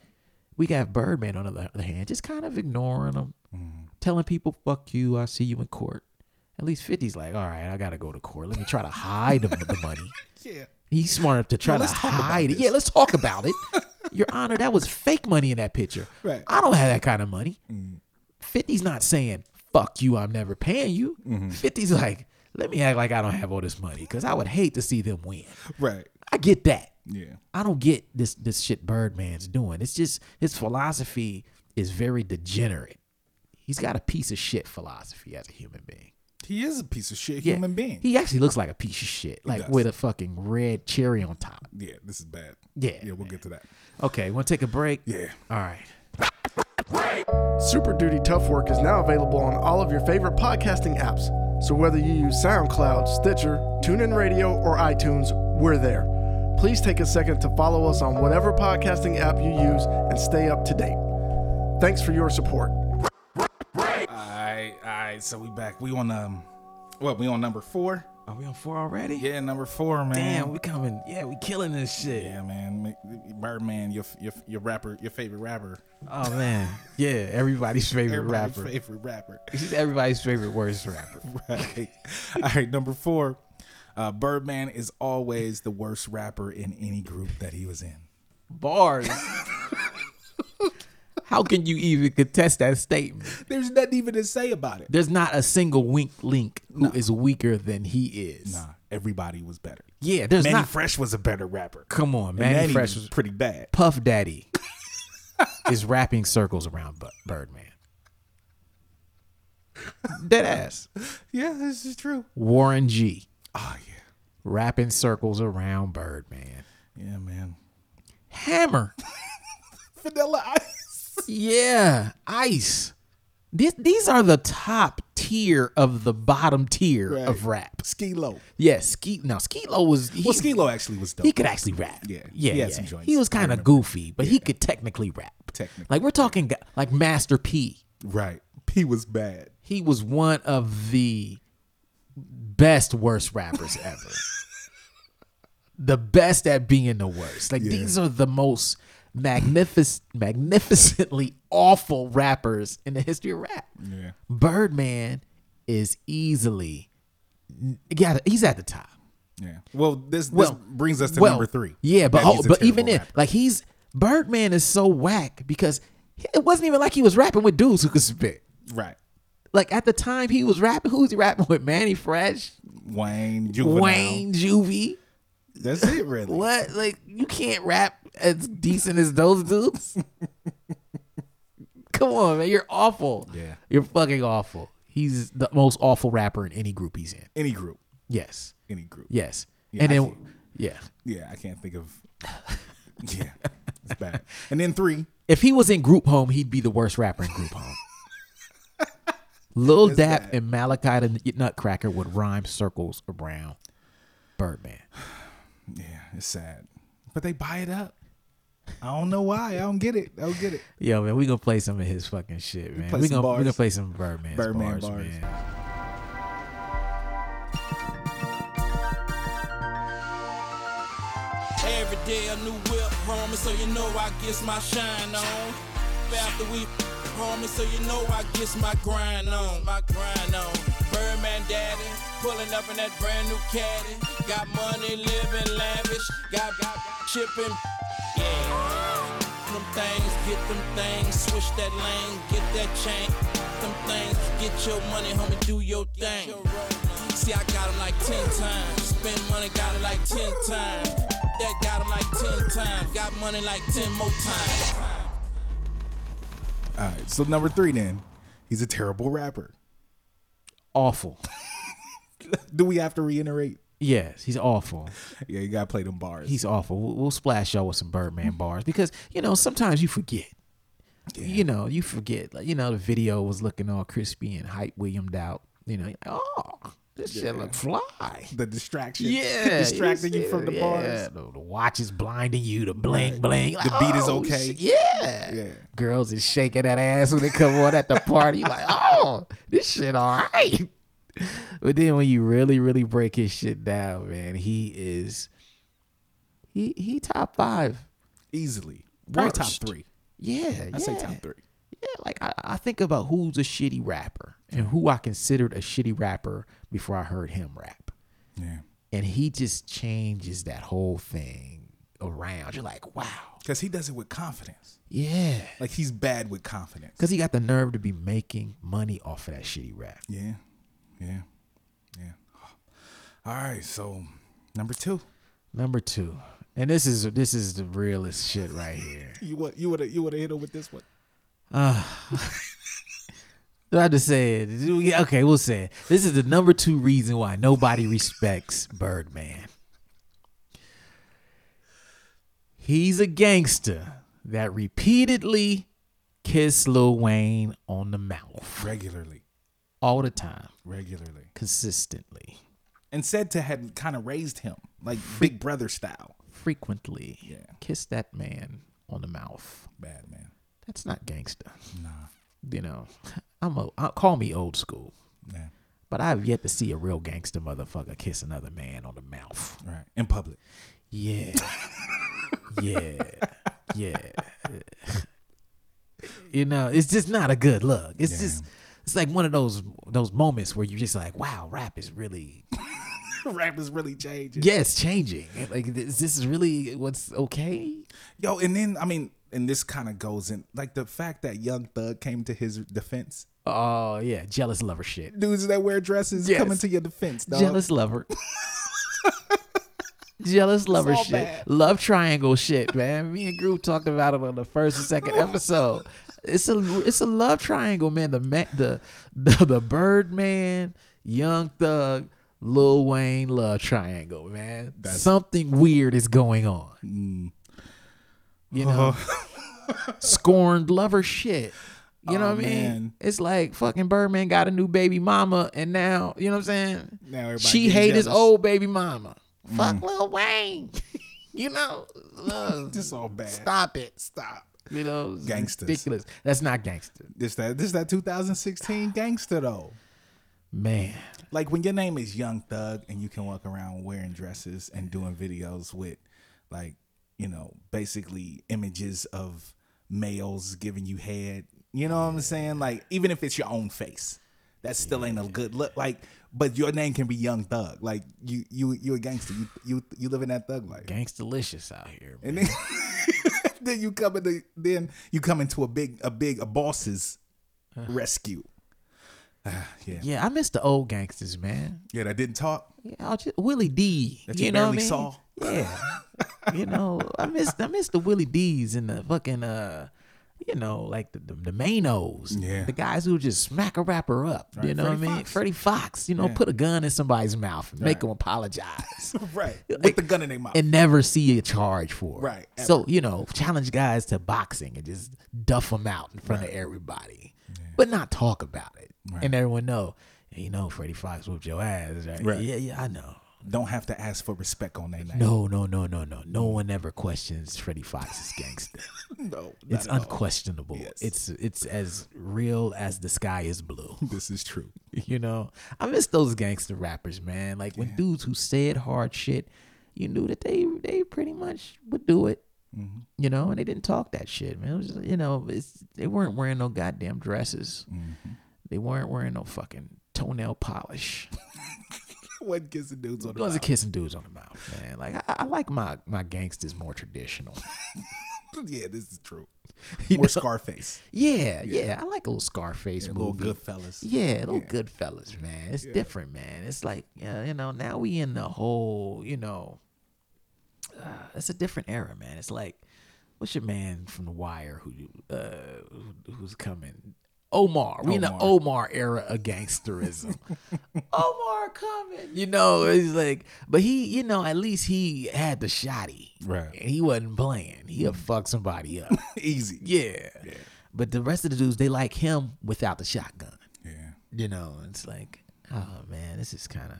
Speaker 1: we got Birdman on the other hand, just kind of ignoring them, telling people, fuck you, I'll see you in court. At least 50's like, all right, I got to go to court. Let me try to hide the, the money.
Speaker 2: Yeah.
Speaker 1: He's smart enough to try to
Speaker 2: let's talk about
Speaker 1: hide it.
Speaker 2: this.
Speaker 1: Yeah, let's talk about it. Your Honor, that was fake money in that picture.
Speaker 2: Right. Mm.
Speaker 1: I don't have that kind of money. 50's not saying, fuck you, I'm never paying you.
Speaker 2: Mm-hmm.
Speaker 1: 50's like, let me act like I don't have all this money because I would hate to see them win.
Speaker 2: Right.
Speaker 1: I get that.
Speaker 2: Yeah.
Speaker 1: I don't get this this shit Birdman's doing. It's just his philosophy is very degenerate. He's got a piece of shit philosophy as a human being.
Speaker 2: He is a piece of shit
Speaker 1: Yeah.
Speaker 2: human being.
Speaker 1: He actually looks like a piece of shit, like
Speaker 2: does.
Speaker 1: with a fucking red cherry on top.
Speaker 2: yeah, this is bad.
Speaker 1: Yeah,
Speaker 2: Yeah, we'll
Speaker 1: man.
Speaker 2: get to that.
Speaker 1: Okay, want to take a break?
Speaker 2: Yeah.
Speaker 1: All right.
Speaker 10: Super Duty Tough Work is now available on all of your favorite podcasting apps. So whether you use SoundCloud, Stitcher, TuneIn Radio, or iTunes, we're there. Please take a second to follow us on whatever podcasting app you use and stay up to date. Thanks for your support.
Speaker 2: Alright, alright, so we back. We on um what, we on number four?
Speaker 1: Are we on four already?
Speaker 2: Yeah, number four, man.
Speaker 1: Damn, we coming. Yeah, we killing this shit.
Speaker 2: Yeah, man. Ma- Birdman, your your your rapper, your favorite rapper.
Speaker 1: Oh man. Yeah, everybody's favorite
Speaker 2: Everybody's
Speaker 1: rapper.
Speaker 2: Favorite rapper.
Speaker 1: He's everybody's favorite worst rapper.
Speaker 2: right. All right, number four. Uh, Birdman is always the worst rapper in any group that he was in.
Speaker 1: Bars. How can you even contest that statement?
Speaker 2: There's nothing even to say about it.
Speaker 1: There's not a single wink link who is weaker than he is.
Speaker 2: Nah, everybody was better.
Speaker 1: Yeah, there's
Speaker 2: Manny
Speaker 1: not.
Speaker 2: Fresh was a better rapper.
Speaker 1: Come on,
Speaker 2: And
Speaker 1: Manny,
Speaker 2: Manny
Speaker 1: Fresh
Speaker 2: was
Speaker 1: was
Speaker 2: pretty bad.
Speaker 1: Puff Daddy is wrapping circles around Bu- Birdman. Dead ass.
Speaker 2: Yeah, this is true.
Speaker 1: Warren G
Speaker 2: Oh yeah,
Speaker 1: wrapping circles around Birdman.
Speaker 2: yeah, man.
Speaker 1: Hammer.
Speaker 2: Vanilla Ice.
Speaker 1: Yeah, Ice. This, these are the top tier of the bottom tier of rap.
Speaker 2: Ski Low.
Speaker 1: Yeah, Ski. Now, Ski Lo was. He,
Speaker 2: Well, Ski Low actually was dope.
Speaker 1: he could actually rap.
Speaker 2: Yeah,
Speaker 1: yeah.
Speaker 2: he had
Speaker 1: yeah.
Speaker 2: some joints.
Speaker 1: He was
Speaker 2: I
Speaker 1: kind of goofy, but he could technically rap.
Speaker 2: Technically.
Speaker 1: like we're talking g- like Master P.
Speaker 2: Right. He was bad.
Speaker 1: He was one of the best worst rappers ever. the best at being the worst. Like these are the most magnificent, magnificently awful rappers in the history of rap.
Speaker 2: Yeah.
Speaker 1: Birdman is easily got. He's at the top.
Speaker 2: Yeah. Well, this, this
Speaker 1: Well,
Speaker 2: brings us to
Speaker 1: well,
Speaker 2: number three.
Speaker 1: Yeah, but
Speaker 2: That
Speaker 1: oh,
Speaker 2: he's a
Speaker 1: but even
Speaker 2: terrible
Speaker 1: if
Speaker 2: rapper.
Speaker 1: like he's Birdman is so whack because it wasn't even like he was rapping with dudes who could spit.
Speaker 2: right,
Speaker 1: Like at the time he was rapping, who was he rapping with? Manny Fresh,
Speaker 2: Wayne, Juvenile.
Speaker 1: Wayne, Juvie.
Speaker 2: That's it, really.
Speaker 1: What? Like you can't rap as decent as those dudes. Come on, man, you're awful.
Speaker 2: Yeah.
Speaker 1: you're fucking awful. He's the most awful rapper in any group he's in.
Speaker 2: Any group.
Speaker 1: Yes,
Speaker 2: Any group.
Speaker 1: yes, and
Speaker 2: I
Speaker 1: then
Speaker 2: see.
Speaker 1: yeah.
Speaker 2: Yeah, I can't think of. Yeah, it's bad. And then three,
Speaker 1: If he was in Group Home, he'd be the worst rapper in Group Home. Lil Dap and Malachi the Nutcracker would rhyme circles around Birdman.
Speaker 2: yeah, it's sad, but they buy it up. I don't know why. I don't get it. I don't get it.
Speaker 1: Yo, man, we gonna play some of his fucking shit, man.
Speaker 2: play
Speaker 1: We
Speaker 2: some
Speaker 1: gonna we
Speaker 2: bars.
Speaker 1: gonna play some Birdman
Speaker 2: Birdman
Speaker 1: bars,
Speaker 2: bars.
Speaker 1: man.
Speaker 3: Every day a new whip, homie, so you know I gets my shine on. After we, homie, so you know I gets my grind on, my grind on. Birdman daddy, pulling up in that brand new caddy. Got money, living lavish, got, got chipping, yeah. Them things, get them things, switch that lane, get that chain. Them things, get your money, homie, do your thing. See, I got 'em like 10 times. Spend money, got it like 10 times. That got 'em like 10 times. Got money like 10 more times.
Speaker 2: All right, so number three, then he's a terrible rapper.
Speaker 1: Awful.
Speaker 2: Do we have to reiterate?
Speaker 1: Yes, he's awful.
Speaker 2: Yeah, you gotta play them bars.
Speaker 1: He's awful. We'll, we'll splash y'all with some Birdman bars because you know sometimes you forget. You know you forget. Like you know the video was looking all crispy and hype. William Doubt. You know, oh, this shit look fly.
Speaker 2: the distraction.
Speaker 1: Yeah,
Speaker 2: distracting you
Speaker 1: see,
Speaker 2: from the
Speaker 1: yeah,
Speaker 2: bars.
Speaker 1: The, the watch is blinding you. The bling bling.
Speaker 2: The beat is
Speaker 1: oh,
Speaker 2: okay.
Speaker 1: shit, Yeah.
Speaker 2: Yeah.
Speaker 1: girls is shaking that ass when they come on at the party. You like, oh, this shit all right. But then when you really, really break his shit down, man, he is he he top five.
Speaker 2: Easily, Probably top
Speaker 1: Worst.
Speaker 2: three.
Speaker 1: Yeah,
Speaker 2: I say top three.
Speaker 1: Yeah, like I, I think about who's a shitty rapper and who I considered a shitty rapper before I heard him rap
Speaker 2: Yeah,
Speaker 1: and he just changes that whole thing around. You're like, wow,
Speaker 2: because he does it with confidence.
Speaker 1: yeah,
Speaker 2: Like he's bad with confidence.
Speaker 1: because he got the nerve to be making money off of that shitty rap.
Speaker 2: Yeah, yeah, yeah. All right, so number two.
Speaker 1: Number two, and this is this is the realest shit right here.
Speaker 2: You would you would you would have hit him with this one.
Speaker 1: Do I just say it? Do we- Okay, we'll say it. This is the number two reason why nobody respects Birdman. He's a gangster that repeatedly kissed Lil Wayne on the mouth.
Speaker 2: Regularly.
Speaker 1: all the time,
Speaker 2: regularly.
Speaker 1: consistently,
Speaker 2: And said to had kind of raised him like Big Brother style.
Speaker 1: frequently.
Speaker 2: Yeah.
Speaker 1: Kiss that man on the mouth.
Speaker 2: Bad man.
Speaker 1: That's not gangster. Nah. You know, I'm a I, call me old school,
Speaker 2: Yeah.
Speaker 1: but I've yet to see a real gangster motherfucker kiss another man on the mouth.
Speaker 2: Right. In public.
Speaker 1: Yeah. yeah. Yeah. you know, it's just not a good look. It's just it's like one of those those moments where you're just like, wow, rap is really
Speaker 2: Rap is really changing.
Speaker 1: yes, changing. Like this, this is really what's okay.
Speaker 2: Yo, and then I mean, and this kind of goes in like the fact that Young Thug came to his defense.
Speaker 1: Oh yeah, jealous lover shit.
Speaker 2: Dudes that wear dresses
Speaker 1: Yes.
Speaker 2: coming to your defense, dog.
Speaker 1: Jealous lover. Jealous lover
Speaker 2: all
Speaker 1: shit.
Speaker 2: bad.
Speaker 1: Love triangle shit, man. Me and Groove talked about it on the first and second episode. It's a it's a love triangle, man. The ma- the the, the Birdman, Young Thug, Lil Wayne love triangle, man. Something weird is going on.
Speaker 2: Mm.
Speaker 1: You know, scorned lover shit. You know
Speaker 2: Oh,
Speaker 1: what I mean?
Speaker 2: man.
Speaker 1: It's like fucking Birdman got a new baby mama, and now you know what I'm saying.
Speaker 2: Now everybody
Speaker 1: she
Speaker 2: getting
Speaker 1: hate his
Speaker 2: jealous. Mm.
Speaker 1: old baby mama. Fuck Lil Wayne. you know, ugh,
Speaker 2: This all bad.
Speaker 1: stop it.
Speaker 2: Stop.
Speaker 1: You know, it's
Speaker 2: Gangsters.
Speaker 1: ridiculous. That's not gangster,
Speaker 2: This that this that 2016 gangster though.
Speaker 1: man.
Speaker 2: Like when your name is Young Thug and you can walk around wearing dresses and doing videos with like, you know, basically images of males giving you head. You know what I'm saying? Like even if it's your own face. That still ain't a good look. Like, but your name can be Young Thug. Like you, you, you a gangster. You, you, you living that thug life.
Speaker 1: Gangstalicious out here. Man.
Speaker 2: And then, then you come into then you come into a big a big a boss's
Speaker 1: Uh.
Speaker 2: rescue. Ah, yeah. yeah.
Speaker 1: Yeah, I miss the old gangsters, man.
Speaker 2: that didn't talk.
Speaker 1: Yeah, I'll just, Willie D.
Speaker 2: That
Speaker 1: you,
Speaker 2: you
Speaker 1: know what I
Speaker 2: barely
Speaker 1: mean?
Speaker 2: saw.
Speaker 1: Yeah. you know, I miss I miss the Willie D's and the fucking uh you know, like the the, the Manos.
Speaker 2: Yeah.
Speaker 1: The guys who just smack a rapper up. You
Speaker 2: Right,
Speaker 1: know
Speaker 2: Freddie
Speaker 1: what I mean?
Speaker 2: Fox.
Speaker 1: Freddie Fox, you know, put a gun in somebody's mouth and make them apologize.
Speaker 2: Right.
Speaker 1: Like-
Speaker 2: With the gun in their mouth.
Speaker 1: and never see a charge for it.
Speaker 2: Right,
Speaker 1: So, you know, challenge guys to boxing and just duff them out in front of everybody, but not talk about it. And everyone know, "Hey, you know, Freddie Fox whooped your ass, right?
Speaker 2: Right.
Speaker 1: Yeah, yeah, I know.
Speaker 2: Don't have to ask for respect on their name.
Speaker 1: No, no, no, no, no. No one ever questions Freddie Fox's gangster.
Speaker 2: no.
Speaker 1: it's unquestionable.
Speaker 2: Yes.
Speaker 1: It's it's as real as the sky is blue.
Speaker 2: This is true.
Speaker 1: You know, I miss those gangster rappers, man. Like when dudes who said hard shit, you knew that they they pretty much would do it.
Speaker 2: Mm-hmm.
Speaker 1: You know, and they didn't talk that shit, man. It was just, you know, it's, they weren't wearing no goddamn dresses.
Speaker 2: Mm-hmm.
Speaker 1: They weren't wearing no fucking toenail polish.
Speaker 2: What gets the dudes on
Speaker 1: I
Speaker 2: the
Speaker 1: was
Speaker 2: mouth?
Speaker 1: kissing dudes on the mouth, man. Like I, I like my my gangsters more traditional.
Speaker 2: Yeah, this is true.
Speaker 1: You
Speaker 2: More
Speaker 1: know?
Speaker 2: Scarface.
Speaker 1: Yeah, yeah, I like a little Scarface
Speaker 2: A
Speaker 1: movie.
Speaker 2: little good fellas.
Speaker 1: Yeah, little good fellas, man. It's different, man. It's like yeah, you know, now we in the whole, you know, uh, it's a different era, man. It's like what's your man from The Wire who you- uh who, who's coming? Omar. We in the Omar era of gangsterism. Omar coming. You know, it's like but he, you know, at least he had the shotty.
Speaker 2: Right.
Speaker 1: And he wasn't playing. He'll fuck somebody up.
Speaker 2: Easy.
Speaker 1: Yeah. But the rest of the dudes, they like him without the shotgun.
Speaker 2: Yeah.
Speaker 1: You know, it's like, oh man, this is kind of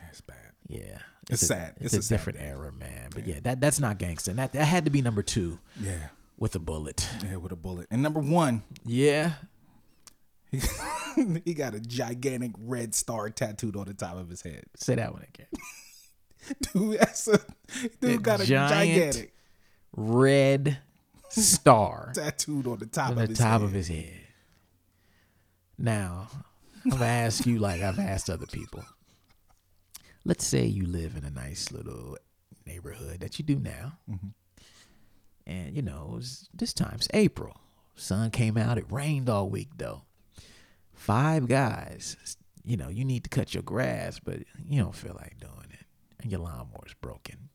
Speaker 2: That's bad.
Speaker 1: yeah.
Speaker 2: It's
Speaker 1: a-
Speaker 2: sad.
Speaker 1: It's,
Speaker 2: It's a
Speaker 1: a,
Speaker 2: sad
Speaker 1: different era, man. But yeah, that that's not gangster. That that had to be number two
Speaker 2: Yeah.
Speaker 1: with a bullet.
Speaker 2: Yeah, with a bullet. And number one,
Speaker 1: Yeah.
Speaker 2: he got a gigantic red star tattooed on the top of his head.
Speaker 1: Say that one again.
Speaker 2: Dude, that's a, dude got a
Speaker 1: giant-
Speaker 2: gigantic
Speaker 1: Red star
Speaker 2: tattooed on the
Speaker 1: on
Speaker 2: top of
Speaker 1: the
Speaker 2: his
Speaker 1: top
Speaker 2: head.
Speaker 1: of his head. Now, I'm gonna ask you like I've asked other people. Let's say you live in a nice little neighborhood that you do now,
Speaker 2: Mm-hmm.
Speaker 1: and you know it was, this time's April. Sun came out. It rained all week though. Five guys. You know you need to cut your grass, but you don't feel like doing it, and your lawnmower's broken.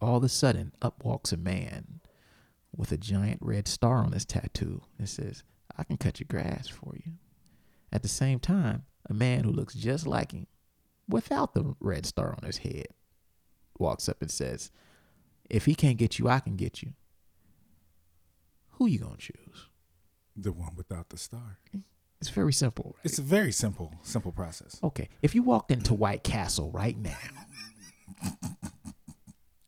Speaker 1: All of a sudden, up walks a man with a giant red star on his tattoo that says, I can cut your grass for you. At the same time, a man who looks just like him without the red star on his head walks up and says, If he can't get you, I can get you. Who you gonna choose?
Speaker 2: The one without the star.
Speaker 1: It's very simple. right?
Speaker 2: It's a very simple, simple process.
Speaker 1: Okay. If you walked into White Castle right now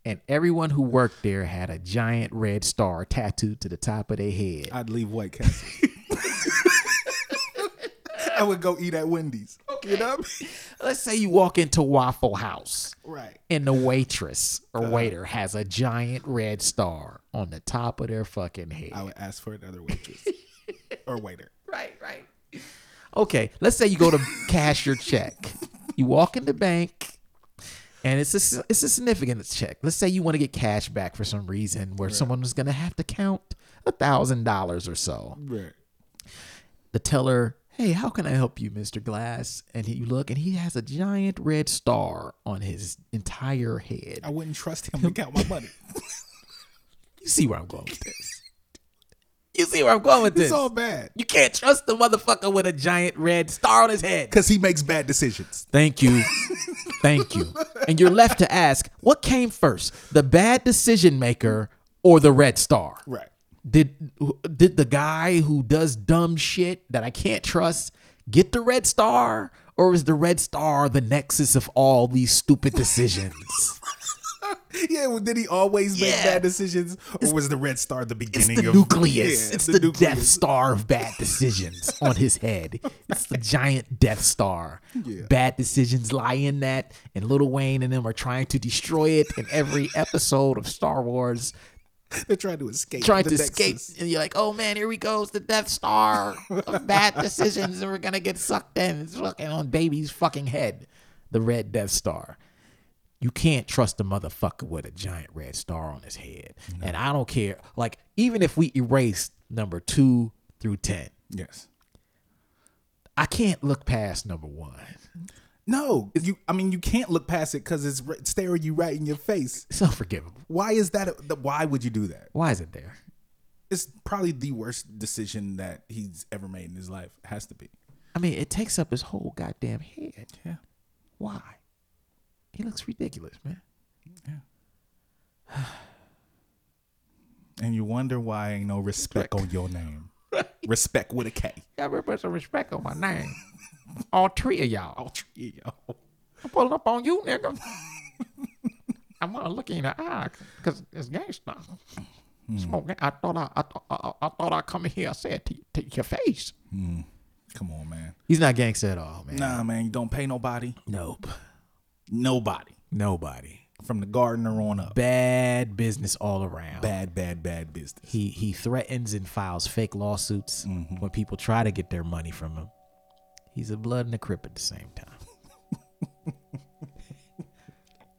Speaker 1: and everyone who worked there had a giant red star tattooed to the top of their head,
Speaker 2: I'd leave White Castle. I would go eat at Wendy's. You know what I mean?
Speaker 1: let's say you walk into Waffle House
Speaker 2: Right. Uh-huh.
Speaker 1: and the waitress or waiter has a giant red star on the top of their fucking head.
Speaker 2: I would ask for another waitress or waiter.
Speaker 1: Right, right. Okay, let's say you go to cash your check. You walk in the bank, and it's a it's a significant check. Let's say you want to get cash back for some reason, where someone was gonna have to count a thousand dollars or so.
Speaker 2: Right.
Speaker 1: The teller, hey, how can I help you, Mister Glass? And he, you look, and he has a giant red star on his entire head.
Speaker 2: I wouldn't trust him to count my money.
Speaker 1: You see where I'm going with this? You see where I'm going with this?
Speaker 2: It's all bad
Speaker 1: you can't trust the motherfucker with a giant red star on his head.
Speaker 2: because he makes bad decisions.
Speaker 1: Thank you. Thank you. And you're left to ask what came first, the bad decision maker or the red star?
Speaker 2: Right.
Speaker 1: Did did the guy who does dumb shit that I can't trust get the red star or is the red star the nexus of all these stupid decisions?
Speaker 2: Yeah. Well, did he always make
Speaker 1: Yeah.
Speaker 2: bad decisions, or was the Red Star the
Speaker 1: It's
Speaker 2: beginning
Speaker 1: the
Speaker 2: of
Speaker 1: nucleus.
Speaker 2: Yeah,
Speaker 1: it's the, Death Star of bad decisions on his head. It's the giant Death Star. Bad decisions lie in that, and Little Wayne and them are trying to destroy it in every episode of Star Wars,
Speaker 2: They're trying to escape.
Speaker 1: trying
Speaker 2: the
Speaker 1: to escape.
Speaker 2: Nexus.
Speaker 1: And you're like, oh man, here we goes the Death Star of bad decisions, and we're gonna get sucked in. It's fucking on baby's fucking head. The red Death Star. You can't trust a motherfucker with a giant red star on his head. And I don't care. Like, even if we erase number two through ten,
Speaker 2: Yes.
Speaker 1: I can't look past number one.
Speaker 2: No, you. I mean, you can't look past it because it's r- staring you right in your face.
Speaker 1: It's unforgivable.
Speaker 2: Why is that? a- the- why would you do that?
Speaker 1: Why is it there?
Speaker 2: It's probably the worst decision that he's ever made in his life. It has to be.
Speaker 1: I mean, it takes up his whole goddamn head.
Speaker 2: Yeah.
Speaker 1: Why? He looks ridiculous, man.
Speaker 2: And you wonder why ain't no respect on your name. respect with a K.
Speaker 1: Y'all better put some respect on my name. All three of y'all.
Speaker 2: Yo.
Speaker 1: I'm pulling up on you, nigga. I'm gonna look you in the eye because it's gangsta. Smoke. I thought I, I, thought- I, I- I thought I come in here. I said to, to your face.
Speaker 2: Come on, man.
Speaker 1: He's not gangsta at all, man.
Speaker 2: Nah, man. You don't pay nobody.
Speaker 1: Nope.
Speaker 2: Nobody.
Speaker 1: Nobody.
Speaker 2: From the gardener on up.
Speaker 1: Bad business all around.
Speaker 2: Bad, bad, bad business.
Speaker 1: He he threatens and files fake lawsuits
Speaker 2: Mm-hmm.
Speaker 1: when people try to get their money from him. He's a blood and a crip at the same time.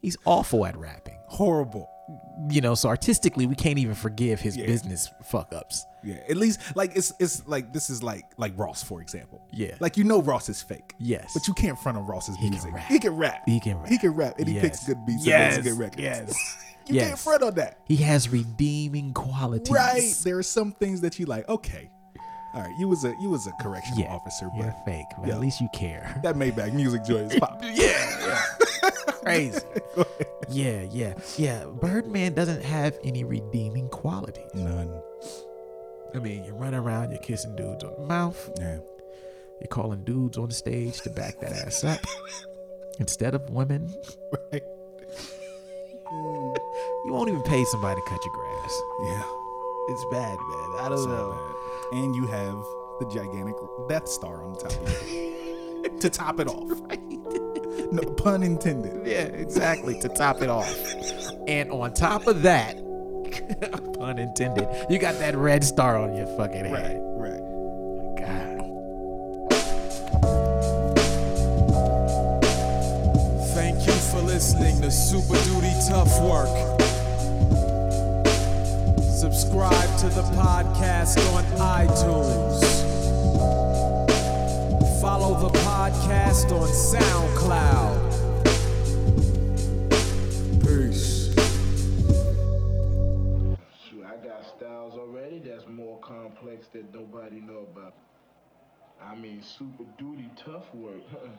Speaker 1: He's awful at rapping.
Speaker 2: Horrible.
Speaker 1: You know, so artistically we can't even forgive his business fuck ups.
Speaker 2: Yeah. At least like it's it's like this is like like Ross, for example.
Speaker 1: Yeah.
Speaker 2: Like you know Ross is fake.
Speaker 1: Yes.
Speaker 2: But you can't front on Ross's
Speaker 1: can
Speaker 2: music.
Speaker 1: rap.
Speaker 2: He can rap.
Speaker 1: He can rap.
Speaker 2: He can rap. And he
Speaker 1: Yes.
Speaker 2: picks good beats
Speaker 1: Yes.
Speaker 2: and makes good records.
Speaker 1: Yes.
Speaker 2: you can't
Speaker 1: Yes.
Speaker 2: front on that.
Speaker 1: He has redeeming qualities.
Speaker 2: Right. There are some things that you like, okay. All right, you was a you was a correctional
Speaker 1: Yeah.
Speaker 2: officer, but
Speaker 1: You're fake, but
Speaker 2: Yeah.
Speaker 1: at least you care.
Speaker 2: that Maybach music joy is pop.
Speaker 1: Crazy. yeah, yeah, yeah. Birdman doesn't have any redeeming qualities.
Speaker 2: None.
Speaker 1: I mean, you run around, you're kissing dudes on the mouth,
Speaker 2: Yeah.
Speaker 1: you're calling dudes on the stage to back that ass up instead of women.
Speaker 2: Right.
Speaker 1: You won't even pay somebody to cut your grass.
Speaker 2: Yeah.
Speaker 1: It's bad, man. I don't know.
Speaker 2: And you have the gigantic Death Star on top of you. to top it off. No pun intended.
Speaker 1: Yeah, exactly. to top it off, and on top of that, pun intended, you got that red star on your fucking head.
Speaker 2: Right.
Speaker 1: God.
Speaker 5: Thank you for listening to Super Duty Tough Work. Subscribe to the podcast on iTunes. Follow the podcast on SoundCloud. Peace.
Speaker 11: Shoot, I got styles already that's more complex that nobody know about. I mean, super duty tough work.